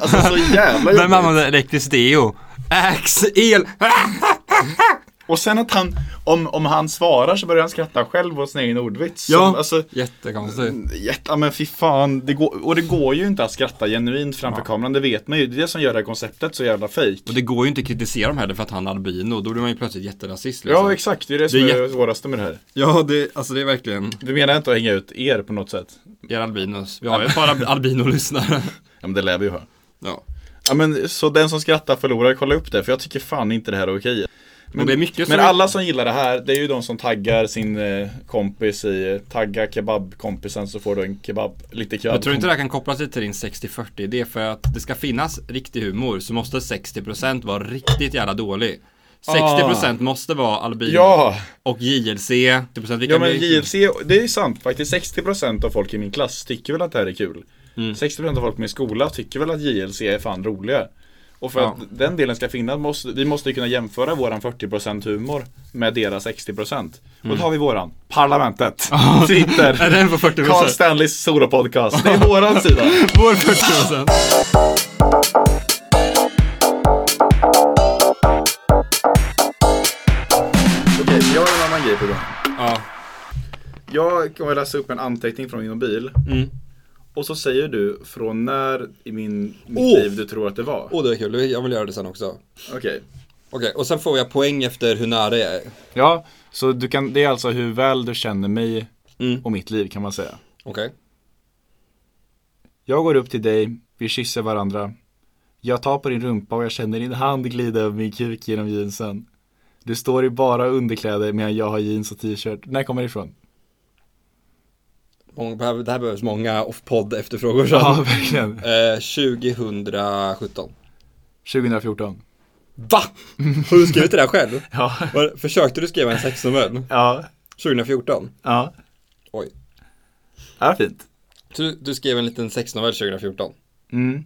alltså så jävla
Vem
jobbigt.
använder elektrisk deo? Ax, el,
Och sen att han, om, om han svarar så börjar han skratta själv åt sin egen ordvits.
Ja.
Som, alltså,
Jättekonstigt.
jätte, men fy fan. Det går, och det går ju inte att skratta genuint framför kameran, det vet man ju. Det är det som gör det här konceptet så jävla fejk.
Och det går ju inte att kritisera dem heller för att han är albino. Då blir man ju plötsligt jätterasist liksom.
Ja, exakt. Det är det som
Det är
är
jätte-
det svåraste med det här.
ja det, alltså det är verkligen.
Du menar inte att hänga ut er på något sätt?
Er albinos. Vi har ju ett par alb- albinolyssnare.
Ja, men det lär vi ju ha.
*laughs* Ja.
Ja, men så den som skrattar förlorar, kolla upp det. För jag tycker fan inte det här är okej. Men,
det är mycket
men
som-
alla som gillar det här, det är ju de som taggar sin eh, kompis i eh, Tagga kebabkompisen så får du en kebab, lite kebab
Jag tror inte det här kan kopplas till din 60-40 idé för att det ska finnas riktig humor så måste 60% vara riktigt jävla dålig. 60% måste vara albino
Ja,
och JLC. 60% vilka
ja men
blir-
JLC, det är sant faktiskt. 60% av folk i min klass tycker väl att det här är kul.
Mm.
60% av folk i min skola tycker väl att JLC är fan roliga. Och för
Ja.
att den delen ska finnas, måste, vi måste ju kunna jämföra våran 40% humor med deras 60%. Och då har vi våran, Parlamentet,
Mm. Är
*laughs* sitter.
den på 40%?
Carl Stanleys solopodcast, det
*laughs*
är våran sida.
Vår 40%.
Okej, jag har en annan grej på gång.
*laughs* Ja.
Jag kommer läsa upp en anteckning från min mobil.
Mm.
Och så säger du från när i min, mitt
Åh!
liv du tror att det var.
Åh det är kul, jag vill göra det sen också. Okej,
Okej.
och sen får jag poäng efter hur nära jag är.
Ja, så du kan, det är alltså hur väl du känner mig och mitt liv kan man säga.
Okej.
Jag går upp till dig, vi kysser varandra. Jag tar på din rumpa och jag känner din hand glida över min kuk genom jeansen. Du står i bara underkläder medan jag har jeans och t-shirt. När kommer det ifrån?
Många- Det här behövs många off-podd efterfrågor sen.
*laughs* Ja, verkligen.
Eh, 2017.
2014.
Va? Har du skrivit det där själv?
Ja.
Var- Försökte du skriva en sexnovell?
Ja.
2014?
Ja.
Oj.
Ja, fint.
Så du, du skrev en liten sexnovell 2014?
Mm.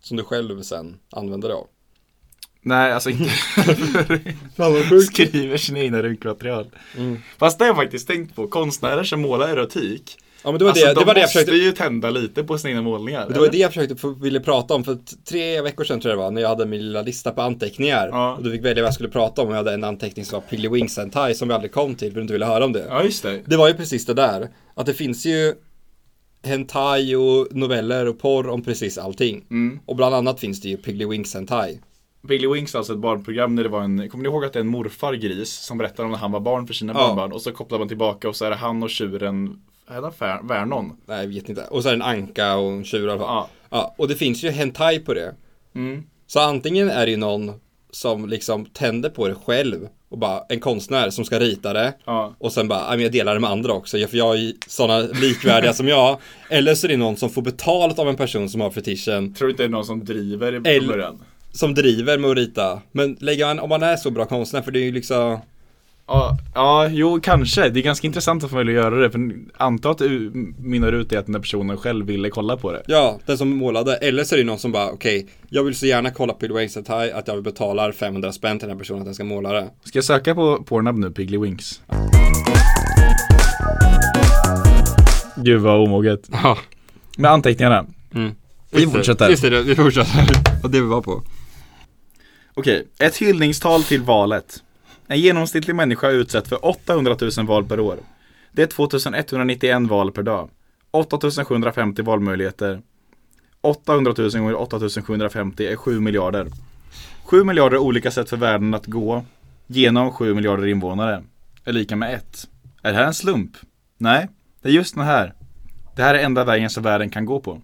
Som du själv sen använde dig av?
Nej, alltså *laughs* inte.
Fan vad sjukt.
Skriver sina egna runkmaterial. Fast det har jag faktiskt tänkt på. Konstnärer som målar erotik.
Ja men det var
alltså,
det,
de
det, var det jag
måste
försökte,
ju tända lite på sina egna målningar.
det var det jag försökte få, ville prata om för t- tre veckor sedan tror jag det var när jag hade min lilla lista på anteckningar.
Ja.
Och du fick välja vad jag skulle prata om och jag hade en anteckning som var Pilly Wings and Thai som vi aldrig kom till för du inte ville höra om det.
Ja, just det.
Det var ju precis det där. Att det finns ju hentai och noveller och porr om precis allting.
Mm.
Och bland annat finns det ju Piggly Winks hentai.
Billy Winks alltså ett barnprogram där det var en, kommer ni ihåg att det är en morfargris som berättar om när han var barn för sina
Ja.
barnbarn och så kopplar man tillbaka och så är det han och tjuren, är det Fer- Vernon?
Nej, jag vet inte. Och så är det en anka och en tjur i alla fall.
Ja. Mm.
Ja, och det finns ju hentai på det. Så antingen är det ju någon som liksom tänder på det själv och bara en konstnär som ska rita det
Ja.
och sen bara, "Ja, men jag delar det med andra också ja, för jag är sådana likvärdiga som
*laughs*
jag. Eller så är det någon som får betalt av en person som har fetischen
Tror du inte det är någon som driver i
Eller-
början?
som driver med att rita. Men lägger man, om man är så bra konstnär för det är ju liksom
Ja, ja, jo kanske. Det är ganska intressant att få möjlighet att göra det för anta att det u- mynnar ut i att den där personen själv ville kolla på det.
Ja, den som målade. Eller så är det någon som bara, okej, jag vill så gärna kolla Pill Wings Hentai att jag betalar 500 spänn till den här personen att den ska måla det.
Ska jag söka på Pornhub nu, Piggly Winks? Gud vad omoget.
Ja,
Med anteckningarna. Vi fortsätter.
Just det, vi fortsätter. *laughs* Och det vi var på.
Okej, ett hyllningstal till valet. En genomsnittlig människa utsätts för 800 000 val per år. Det är 2191 val per dag. 8750 valmöjligheter. 800 000 gånger 8750 är 7 miljarder. 7 miljarder olika sätt för världen att gå genom 7 miljarder invånare är lika med 1. Är det här en slump? Nej, det är just den här. Det här är enda vägen som världen kan gå på.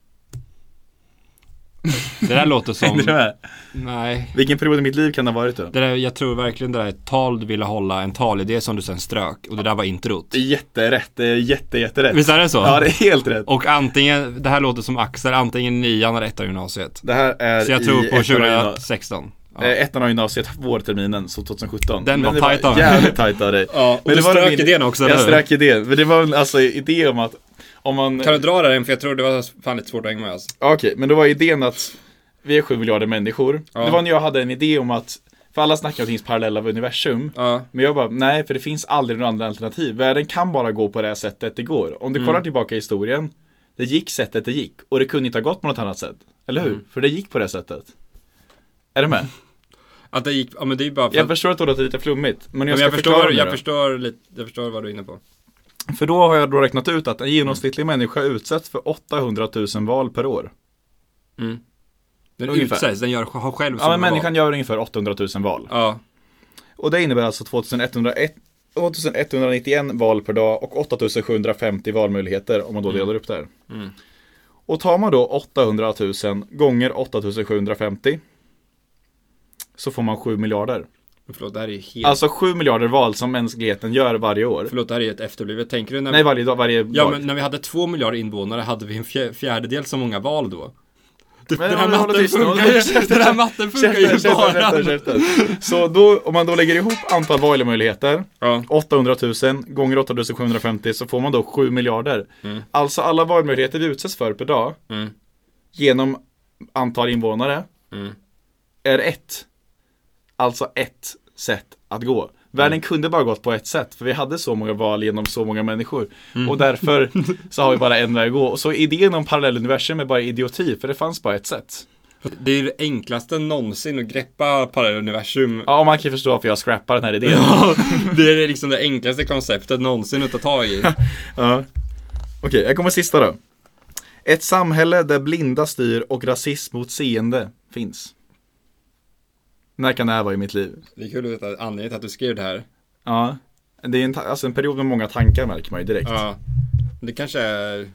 *laughs* *laughs* Det där låter
Hängde du
som...
med?
Nej.
Vilken period i mitt liv kan det ha varit då?
Det där, jag tror verkligen det där är ett tal du ville hålla, en talidé som du sen strök. Och det där var introt.
Det är jätterätt, det är jätte, jätterätt.
Visst är det så?
Ja, det är helt rätt.
Och antingen, det här låter som Axel, antingen nian eller ettan gymnasiet.
Det här är
Så jag tror
i
på
ettan av gymna-
2016. Ja.
eh, ettan av gymnasiet, vårterminen, så 2017.
Den var
det
tajt av mig.
jävligt tajt av dig.
Ja, och du strök idén också,
Jag
eller hur?
strök idén, men det var väl alltså idé om att om man,
Kan du
okej,
dra den? För jag tror det var fan lite svårt att hänga med alltså. oss.
men det var idén att vi är sju miljarder människor. Det var när jag hade en idé om att För alla snackar om att det finns parallella universum.
Ja.
Men jag bara, nej för det finns aldrig några andra alternativ. Världen kan bara gå på det här sättet det går. Om du kollar tillbaka i historien. Det gick sättet det gick. Och det kunde inte ha gått på något annat sätt. Eller hur? För det gick på det sättet. Är du med?
Att det gick, ja men det är ju bara för
Jag
att,
förstår att det låter lite flummigt. Men jag
jag,
ska
men jag,
förklara
förstår,
nu
jag,
då.
förstår lite, jag förstår vad du är inne på.
För då har jag då räknat ut att en genomsnittlig människa utsätts för 800 000 val per år.
Den
Ungefär.
utsätts, den gör, har själv
Ja, men människan
val.
gör ungefär 800 000 val.
Ja,
Och det innebär alltså 2101, 2191 val per dag och 8750 valmöjligheter om man då
Mm.
delar upp det här. Och tar man då 800 000 gånger 8750 så får man 7 miljarder.
men förlåt det här är ju helt,
Alltså 7 miljarder val som mänskligheten gör varje år.
förlåt det här är ju ett efterblivet. Tänker du när
Nej, varje dag, varje
Ja,
dag. *laughs*
men när vi hade två miljarder invånare hade vi en fjär, fjärdedel så många val då. Du,
Men
den, här
om du håller
matten
tyst nu,
funkar
håller
ju,
käften.
den här matten funkar ju
Käften, käften,
bara.
käften, käften. Så då, om man då lägger ihop antal valmöjligheter,
Ja.
800 000 gånger 8750 så får man då 7 miljarder. Alltså alla valmöjligheter vi utsätts för per dag
Mm.
genom antal invånare är ett. Alltså ett sätt att gå. Världen kunde bara gått på ett sätt för vi hade så många val genom så många människor. Och därför så har vi bara en väg att gå. Och så idén om parallelluniversum är bara idioti för det fanns bara ett sätt.
Det är ju det enklaste någonsin att greppa parallelluniversum.
Ja, man kan ju förstå varför jag scrappar den här idén. *laughs*
Det är liksom det enklaste konceptet någonsin att ta tag i.
Ja. Okej, jag kommer sista då. Ett samhälle där blinda styr och rasism mot seende finns. När kan det här vara i mitt liv?
Det är kul att veta anledningen till att du skrev det här.
Ja. Det är en, ta- alltså en period med många tankar märker man ju direkt.
Ja. Det kanske är...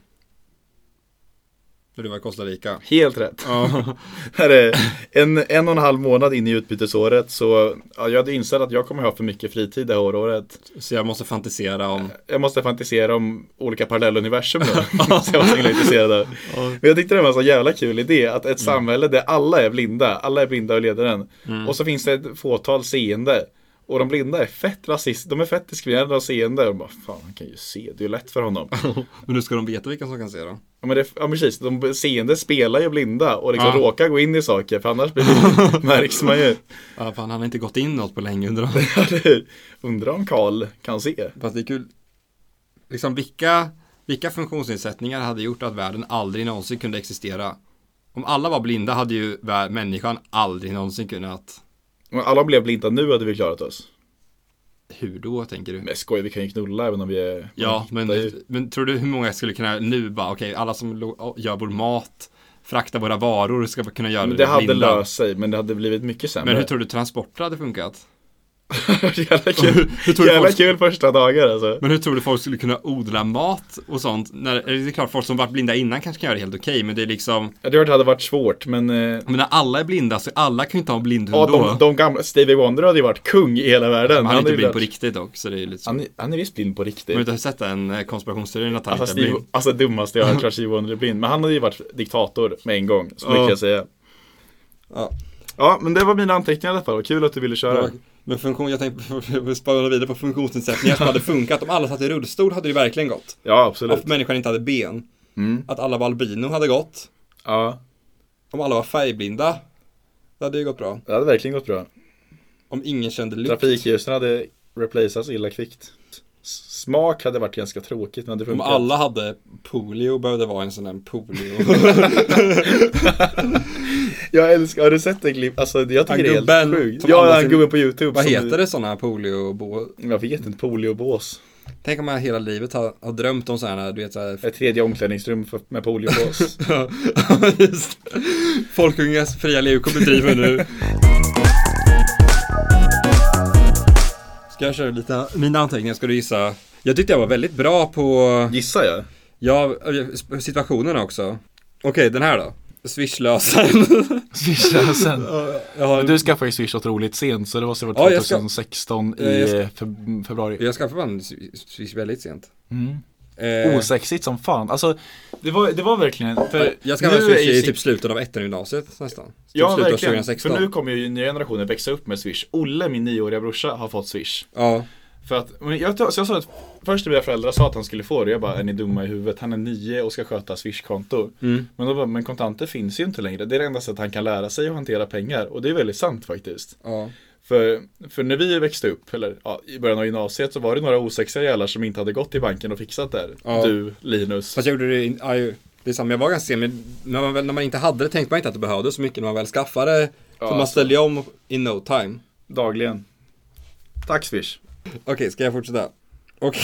När du var i Costa Rica.
Helt rätt.
Ja.
*laughs* Här är en, en och en halv månad in i utbytesåret så ja, jag hade insett att jag kommer ha för mycket fritid det här året.
Så jag måste fantisera om...
Jag måste fantisera om olika parallelluniversum
*laughs*
nu. *laughs* så jag var så himla intresserad av. Men jag tyckte det var en så jävla kul idé att ett
Mm.
samhälle där alla är blinda, alla är blinda och ledaren. Och så finns det ett fåtal seende. Och de blinda är fett rasistiska, de är fett diskriminerade av seende. De bara, fan han kan ju se, det är ju lätt
*laughs*
för honom.
Men nu ska de veta vilka som kan se dem.
Ja men, det, ja, men precis, de seende spelar ju blinda och liksom
Ja.
råkar gå in i saker för annars blir
*laughs*
det, märks man ju.
Ja, fan, han har inte gått in något på länge undrar jag.
Eller hur? Undrar om Karl kan se.
Fast det är kul. Liksom vilka, vilka funktionsnedsättningar hade gjort att världen aldrig någonsin kunde existera? Om alla var blinda hade ju vär- människan aldrig någonsin kunnat.
Om alla blev blinda nu hade vi klarat oss.
Hur då tänker du?
Men skoj, vi kan ju knulla även om vi är...
Ja, men,
Det är ju-
men tror du hur många skulle kunna nu bara, okej, alla som lo- gör vår mat, fraktar våra varor ska kunna göra
Men
det
det hade
blinda.
löst sig, men det hade blivit mycket sämre.
Men hur tror du transporter hade funkat?
*laughs* jävla kul,
*laughs* Hur tror du
jävla
folk-
kul första dagar alltså.
Men hur tror du folk skulle kunna odla mat och sånt? När, eller det är klart, folk som varit blinda innan kanske kan göra det helt okej, men det är liksom,
Jag tror att det hade varit svårt, men... Eh...
men när alla är blinda så alla kan ju inte ha en blindhund
Ja,
då.
de, de gamla, Stevie Wonder hade ju varit kung i hela världen.
Han är inte
hade ju Alltså,
blind på
varit-
riktigt dock, så det är lite så.
Han, är- han är visst blind på
Har du
riktigt.
inte sett den eh, konspirationsteorin att han
Alltså,
inte är
Steve,
blind?
alltså det dummaste
*laughs*
jag har hört, tror jag Stevie Wonder är blind. Men han hade ju varit diktator med en gång, så mycket kan jag säga.
Ja.
ja, men det var mina anteckningar i alla fall. Vad kul att du ville köra.
Men funktion, jag tänkte *laughs* spara vidare på funktionsnedsättningar som hade funkat. Om alla satt i rullstol hade det verkligen gått.
Ja,
Att
absolut.
människan inte hade ben.
Mm.
Att alla var albino hade gått.
Ja,
Om alla var färgblinda. Det hade ju gått bra.
det hade verkligen gått bra.
Om ingen kände lukt.
Trafikljusen hade replaceats illa kvickt. S- Smak hade varit ganska tråkigt, men det
Om
funkar.
alla hade polio behövde vara en sån där
*laughs*
polio.
Jag älskar, har du sett det klipp? Alltså jag tycker
Han
det är
gubben
helt sjukt.
som
Ja,
andas
han
in-
gubben på YouTube.
Vad
som-
heter det såna här poliobå?
Jag vet inte, poliobås.
Tänk om man hela livet har, har drömt om sådana här, du vet såhär
Ett tredje omklädningsrum för, med poliobås.
Ja, *laughs* just Folkungas fria leuk och bedriver nu. Ska jag köra lite mina anteckningar ska du gissa. Jag tyckte jag var väldigt bra på
*laughs* Gissar jag?
ja, situationerna också. Okej, den här då. Swishlösen.
Swishlösen.
Jag, har en,
Du skaffade ju Swish otroligt sent, så det måste vara
Ja, jag ska-
2016
Ja, jag ska-
i eh, feb- februari.
jag skaffade fan Swish väldigt sent.
Mm.
Eh,
Osexigt som fan. Alltså, det var, det var verkligen... För
jag skaffade
nu är
Swish
ju
i
si-
typ slutet av ettanegymnasiet nästan. Typ
Ja,
slutet av
verkligen.
2016.
För nu kommer ju nya generationer växa upp med Swish. Olle, min nioåriga brorsa, har fått Swish.
Ja,
För att, men jag, så jag sa att först när mina föräldrar sa att han skulle få det, jag bara är ni dumma i huvudet? Han är nio och ska sköta swishkonto. Men då bara, men kontanter finns ju inte längre. Det är det enda sättet han kan lära sig att hantera pengar och det är väldigt sant faktiskt.
ja.
För, för när vi växte upp, eller ja, i början av gymnasiet så var det några osexiga jävlar som inte hade gått till banken och fixat där.
Ja.
Du, Linus.
Fast jag gjorde det, in- ja, ju- det är samma, jag var ganska sen, men när man, väl, när man inte hade det tänkte man inte att det behövdes så mycket när man väl skaffade.
Ja,
så man
alltså.
ställde ju om in no time.
Dagligen. Tack Swish. *laughs*
Okej, ska jag fortsätta? Okej.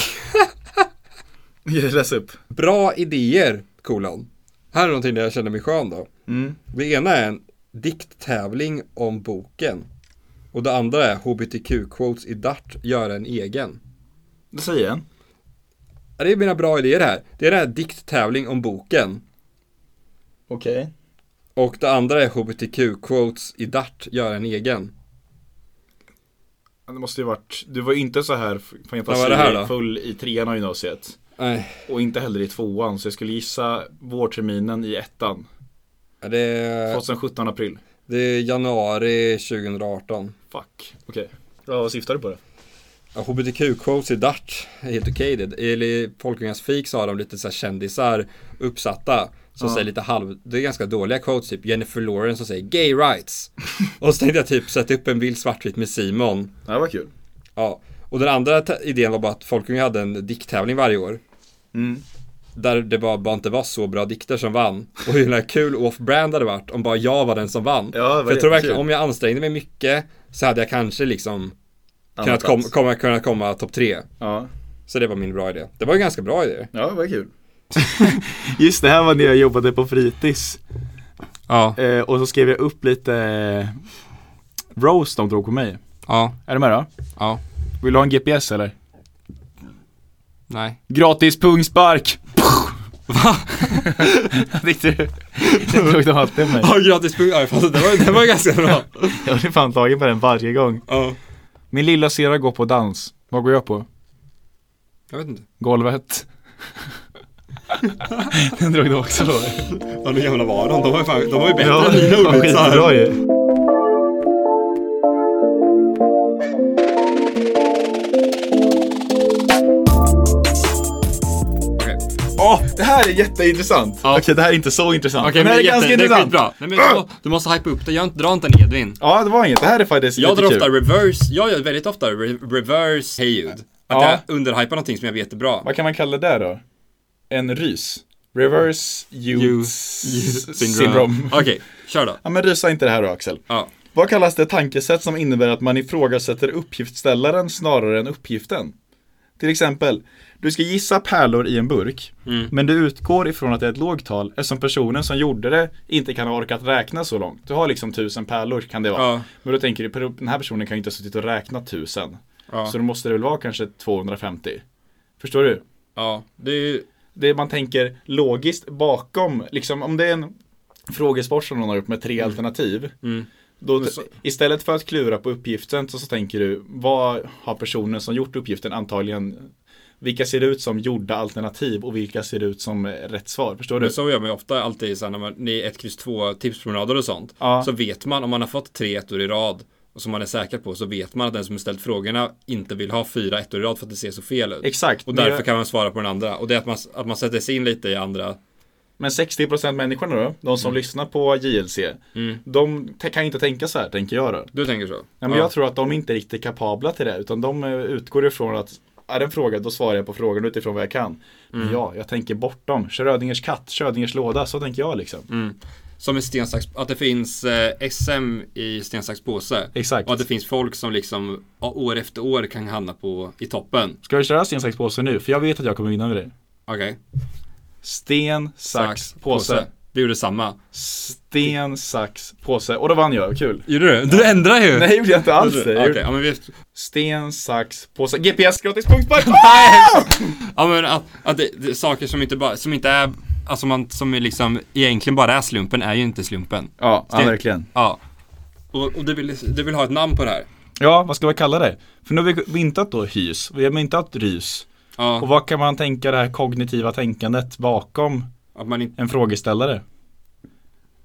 Läs upp.
*laughs* Bra idéer, kolon. Här är någonting där jag känner mig skön då.
Mm.
Det ena är en dikttävling om boken. Och det andra är HBTQ-quotes i Dart, gör en egen.
Det säger en.
Ja, Det är mina bra idéer här. Det ena är dikttävling om boken.
Okej.
Och det andra är HBTQ-quotes i Dart, gör en egen.
Det måste ju varit, du var ju inte så här fan jag
Vad var det här då?
full i trean av gymnasiet.
Nej,
Och inte heller i tvåan, så jag skulle gissa vårterminen i ettan.
ja, det
Äh.
är,
2017 april.
det är januari 2018.
Fuck. Okej. Ja, vad syftar du på det?
Ja, HBTQ-quotes i Dart är helt okej det. Eller i Folkungens fik så har de lite så här kändisar uppsatta. Som säger lite halv, det är ganska dåliga quotes typ Jennifer Lawrence som säger gay rights. och så tänkte jag typ sätta upp en bild svartvit med Simon.
Det var kul.
Ja, och den andra ta- idén var bara att Folkungen hade en dikttävling varje år.
Mm.
Där det bara, bara inte var så bra dikter som vann. Och hur jävla kul off-brand hade varit om bara jag var den som vann.
Ja, det var
För jag tror verkligen
jättekul.
om jag ansträngde mig mycket så hade jag kanske liksom kunnat,
Annat
kom,
plats.
komma, kunnat komma topp tre.
Ja.
Så det var min bra idé. Det var ju ganska bra idé.
Ja, vad kul. *laughs* Just det här var när jag jobbade på fritids.
Ja,
Eh, och så skrev jag upp lite eh, roast de drog på mig.
ja,
Är du med då?
ja,
Vill du ha en GPS eller?
nej.
Gratis pungspark! *laughs* Va? Tyckte du? Jag drog dem alltid på mig.
*laughs* Ja, gratis punkt. Ja, jag fattar. det var, det var ganska bra.
*laughs* Jag blir fan tagen på den varje gång.
Ja.
Min lilla syrra går på dans. Vad går jag på?
Jag vet inte. *laughs*
Golvet. den drog de också då.
Ja, nu jävlar var de. De var ju, fan, de var ju bättre
Ja,
än mina
fan,
ordvitsar.
skitbra ju. Åh, det här är jätteintressant. Okej, det här är inte så intressant.
Okej,
men det här är
jätte-
ganska
det
intressant.
skitbra. Nej, men du, må- du måste hypa upp det. Gör inte- Dra inte en Edvin.
Ja, det var inget. Det här är faktiskt
Jag drar
jättekul.
ofta reverse, jag gör väldigt ofta re- reverse hejud. Att
Ja.
jag underhypar någonting som jag vet är bra.
Vad kan man kalla det då? En rys. Reverse youth,
Youth
syndrome.
Okej, kör då.
Ja, men rysa inte det här då, Axel.
Ja.
Vad kallas det tankesätt som innebär att man ifrågasätter uppgiftsställaren snarare än uppgiften? Till exempel, du ska gissa pärlor i en burk, men du utgår ifrån att det är ett lågt tal eftersom personen som gjorde det inte kan ha orkat räkna så långt. Du har liksom tusen pärlor kan det vara.
Ja.
Men då tänker du, per- den här personen kan ju inte ha suttit och räknat tusen. Så då måste det väl vara kanske 250. Förstår du?
Ja, det är ju...
det man tänker logiskt bakom, liksom om det är en frågesport som någon har gjort med
Mm.
tre alternativ. Då, istället för att klura på uppgiften så, så tänker du, vad har personen som gjort uppgiften antagligen, vilka ser ut som gjorda alternativ och vilka ser ut som eh, rätt svar? Förstår du?
Men så gör man ju ofta alltid så här, när man är ett kryss två tipspromenader och sånt.
Ja.
Så vet man om man har fått tre ettor i rad och som man är säker på så vet man att den som har ställt frågorna inte vill ha fyra ettor i rad för att det ser så fel ut.
Exakt.
Och
Men-
därför kan man svara på den andra. Och det är att man, att man sätter sig in lite i andra.
Men 60% människorna då, de
Mm.
som lyssnar på JLC, de te- kan inte tänka så här, tänker jag då.
Du tänker så?
Ja, men Jag tror att de inte är riktigt kapabla till det utan de eh, utgår ifrån att är det en fråga då svarar jag på frågan utifrån vad jag kan. Men
Mm.
ja, jag tänker bortom. Schrödingers katt, Schrödingers låda, så tänker jag liksom.
Mm. Som i sten, sax, att det finns eh, SM i sten, sax, påse.
Exakt.
Och att det finns folk som liksom ja, år efter år kan hamna på i toppen.
Ska vi köra sten, sax, påse nu? För jag vet att jag kommer vinna med det.
Okej.
Sten, sax, påse.
Vi gjorde samma.
Sten, sax, påse. Och då vann
*laughs*
jag, kul.
Gjorde du? Du ändrar ju!
Nej, det gjorde jag inte alls. det.
Okej,
Jag gjorde-
ja men vi...
Sten, sax, påse. GPS, gratis, punktbank.
*laughs* Ja men att, att det, det, saker som inte bara, som inte är, alltså man, som är liksom egentligen bara är slumpen är ju inte slumpen.
Ja, ja,
Sten-
verkligen.
Ja. Och, och du, vill, du vill ha ett namn på det här?
Ja, vad ska vi kalla det? För nu har vi myntat då hys, vi har myntat rys.
Ja.
Och vad kan man tänka det här kognitiva tänkandet bakom
Att man inte,
en frågeställare?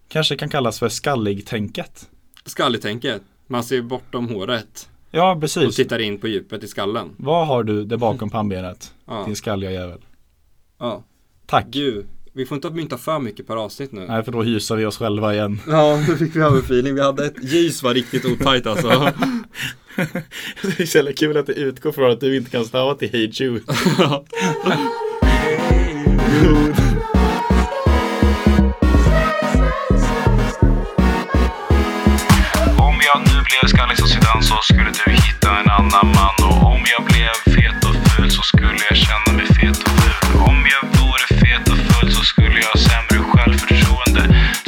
Kanske kan kallas för skallig-tänket.
skalletänket. Man ser bortom håret
Ja,
och
precis.
tittar in på djupet i skallen.
*laughs* Vad har du där bakom pannbenet?
Ja.
Din skalliga jävel.
Ja.
Tack.
Gud, Vi får inte mynta för mycket per avsnitt nu.
Nej, för då hysar vi oss själva igen.
Ja, *laughs* nu fick vi överfeeling. Vi hade ett ljus var riktigt otajt *laughs* alltså.
*laughs* Det är så jävla kul att det utgår från att du inte kan stava till Hey Jude.
Om jag nu blev skallig som Zidane så skulle du hitta en annan man Och om jag blev fet och ful så skulle jag känna mig fet och ful Om jag vore fet och ful så skulle jag ha sämre självförtroende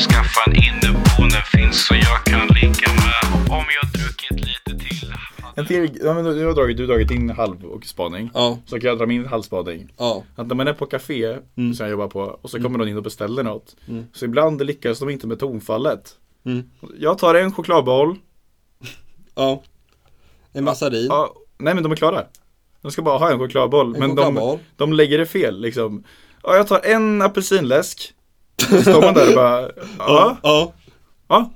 Skaffa en inneboende finns så jag kan ligga med Och om jag druckit lite till
*laughs* En till, ja, men du har dragit, du har dragit din halv och spaning.
Ja,
Så kan jag dra min halvspaning.
ja.
Att när man är på café, som jag jobbar på, och så kommer någon in och beställer något. Så ibland lyckas de inte med tonfallet. Jag tar en chokladboll.
Ja. En massarin.
Ja, nej men de är klara. De ska bara ha en chokladboll. men
chokladboll.
De, de lägger det fel liksom. Ja, jag tar en apelsinläsk. Så står man där
*laughs*
och bara, ja,
Ja.
ja,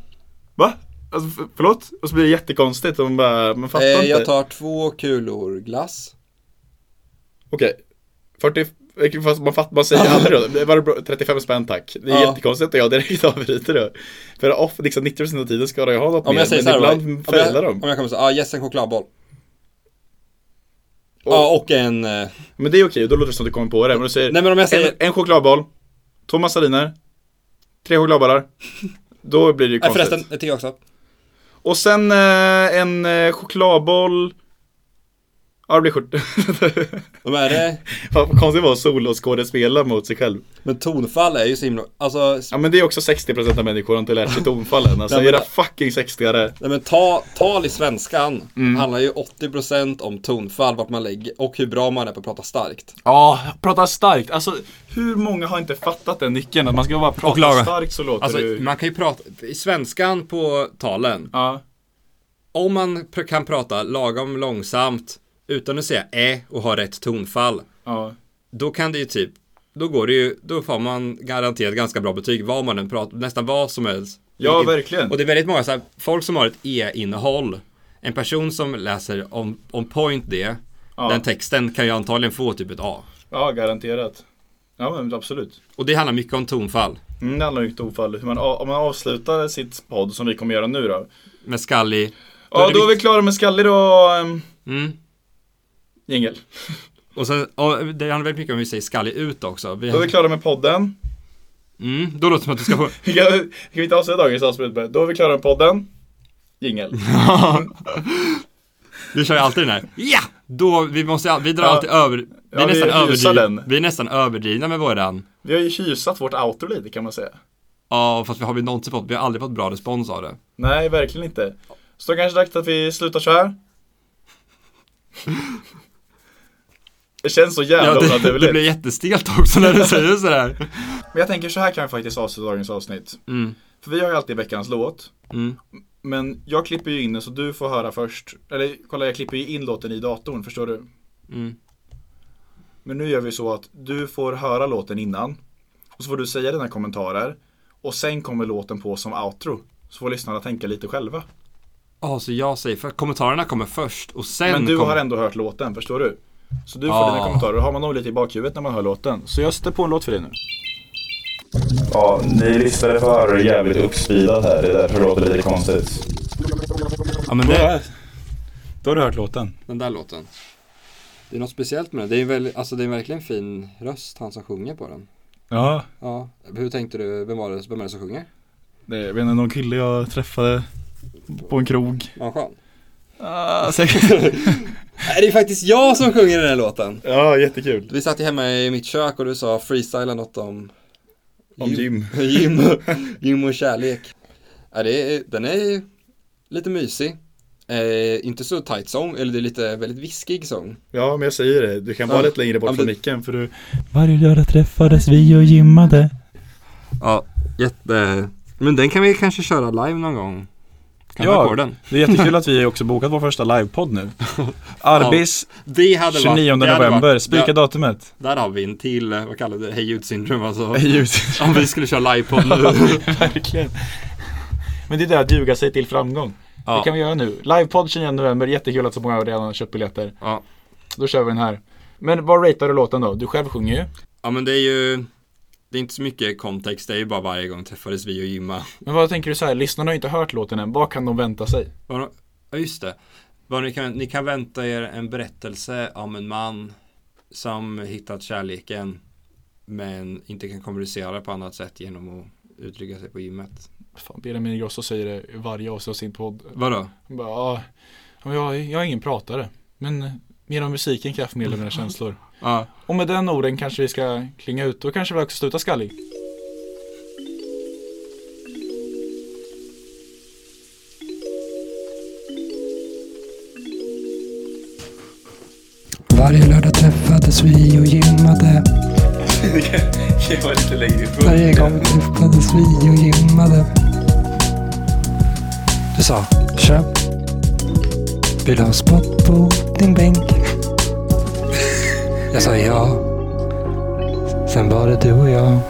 va? Alltså, för, förlåt? Och så blir det jättekonstigt och man bara, man fattar
Eh,
inte.
jag tar två kulor glass.
Okej, 40, fast man, fatt, man säger aldrig då, det var bra, 35 spänn tack. Det är
Ja.
jättekonstigt att jag direkt *laughs* avbryter då. För off, liksom 90% av tiden ska jag ha något
Om
mer,
jag säger
men
så här,
ibland
om,
failar
jag,
de.
om jag kommer så, ja, ah, yes, en chokladboll. Ja, och en, eh,
Men det är okej, då låter det som att du kommer på det. Men du säger,
Nej, men om jag säger-
en, en chokladboll, två massariner, tre chokladbollar. Då blir det ju
nej
konstigt.
förresten, jag tycker jag också.
Och sen eh, en eh, chokladboll. Ja, det blir skjort.
De eh, är det,
*laughs* Fan, Vad konstigt det var att soloskådespela mot sig själv.
men tonfall är ju så himla, alltså,
Ja men det är också 60% av människor har inte lärt sig tonfallen.
*laughs*
Alltså
Nej, men-
era fucking 60-are.
nej men ta, tal i svenskan handlar ju 80% om tonfall, vart man lägger, och hur bra man är på att prata starkt.
Ja, prata starkt. Alltså hur många har inte fattat den nyckeln? Att man ska bara prata
laga.
starkt så låter
Alltså,
du...
man kan ju prata, i svenskan på talen,
Ja.
om man pr- kan prata lagom långsamt, utan att säga ä och ha rätt tonfall,
ja.
då kan det ju typ, då går det ju, då får man garanterat ganska bra betyg vad man än pratar, nästan vad som helst.
Ja, verkligen.
Och det är väldigt många så här, folk som har ett e-innehåll, en person som läser on, on point det,
Ja.
den texten kan ju antagligen få typ ett A.
ja, garanterat. Ja men absolut.
Och det handlar mycket om tonfall.
Mm, det handlar ju inte om tonfall. Hur man, om man avslutar sitt podd som vi kommer göra nu då.
Med skallig,
Ja,
det
då är vi
viktigt-
klara med skallig då. ehm,
mm.
Jingel.
Och sen, och det handlar väldigt mycket om hur vi säger skallig ut också. Vi,
Då är vi klara med podden. *laughs*
mm, då låter det som att du ska få, *laughs*
Kan kan vi inte avsluta dagens avsnitt med Då är vi klara med podden. Jingel.
du kör ju alltid den här. Ja! Då, vi måste, all- vi drar alltid över, vi är,
Ja, vi
nästan
husar
överdrivna,
den.
vi är nästan överdrivna med våran.
Vi har ju tjusat vårt outro lite kan man säga.
Ja, fast vi har, vi, någonsin fått, vi har aldrig fått bra respons av det.
Nej, verkligen inte. Så då kanske det är dags att vi slutar
*laughs*
så här. Det känns så jävla
Ja, det,
onaturligt.
det blir jättestelt också när du säger sådär.
Men jag tänker så här kan vi faktiskt avsluta dagens avsnitt.
Mm.
För vi har ju alltid veckans låt.
Mm.
Men jag klipper ju in den så du får höra först. Eller kolla, jag klipper ju in låten i datorn, förstår du?
Mm.
Men nu gör vi så att du får höra låten innan. Och så får du säga dina kommentarer. Och sen kommer låten på som outro. Så får lyssnarna tänka lite själva.
Ja, så jag säger för kommentarerna kommer först och sen
Men du
kommer...
har ändå hört låten, förstår du? Så du får
Ah.
dina kommentarer, då har man nog lite i bakhuvudet när man hör låten. Så jag sätter på en låt för dig nu.
Ja, ni lyssnade på hör är jävligt uppspeedad här. Det är därför det låter lite konstigt.
Ja, men det,
Då har du hört låten.
den där låten. Det är något speciellt med den. Det är, väl, alltså, det är en verkligen fin röst, han som sjunger på den.
Ja,
Ja, hur tänkte du? Vem var det, vem är det som sjunger?
det är, jag vet inte, någon kille jag träffade på en krog.
Var han skön?
Ah, säkert.
Nej, det är faktiskt jag som sjunger den här låten.
*laughs* ja, jättekul.
Vi satt ju hemma i mitt kök och du sa freestyla något om *laughs*
Om gym.
gym, gym och kärlek. Ja, det är, den är lite mysig. Eh, inte så tight sång, eller det är lite väldigt viskig sång.
Ja, men jag säger det. Du kan vara
Ja.
lite längre bort
Ja, men
från
det-
micken för du...
Varje lördag träffades vi och gymmade
Ja, jätte... Men den kan vi kanske köra live någon gång. Kan
Ja.
ja. den?
Det är jättekul att vi också bokat vår första livepodd *laughs* nu. Arbis,
Det hade varit...
29
det hade
november.
varit-
Spika
där, *laughs*
datumet.
där har vi en till, eh, vad kallar vi det, hej ljudsyndrom alltså.
Ljus.
Om vi skulle köra live på nu.
Verkligen. Men det är det att ljuga sig till framgång.
Ja.
Det kan vi göra nu. Livepodd 29 november, jättekul att så många redan har köpt biljetter.
*laughs* Ja.
Då kör vi den här. Men vad ratear du låten då? Du själv sjunger ju.
Ja men det är ju Det är inte så mycket kontext, det är ju bara varje gång träffades vi och Jimma.
Men vad tänker du så här, lyssnarna har inte hört låten än, vad kan de vänta sig?
Vad de- Ja just det. Vad ni, kan, ni kan vänta er en berättelse om en man som hittat kärleken men inte kan kommunicera på annat sätt genom att uttrycka sig på gymmet.
Fan, Benjamin Ingrosso säger det i varje avsnitt av sin podd.
Vadå?
Han bara, "Ja, ja, men jag, jag är ingen pratare, men mer av musiken kan jag förmedla mina känslor.
Ja.
Och med den orden kanske vi ska klinga ut, då kanske vi också slutar skallig.
Varje lördag träffades vi och gymmade. Varje gång träffades vi och gymmade. Du sa, tja. Vill du ha spott på din bänk? Jag sa ja. Sen var det du och jag.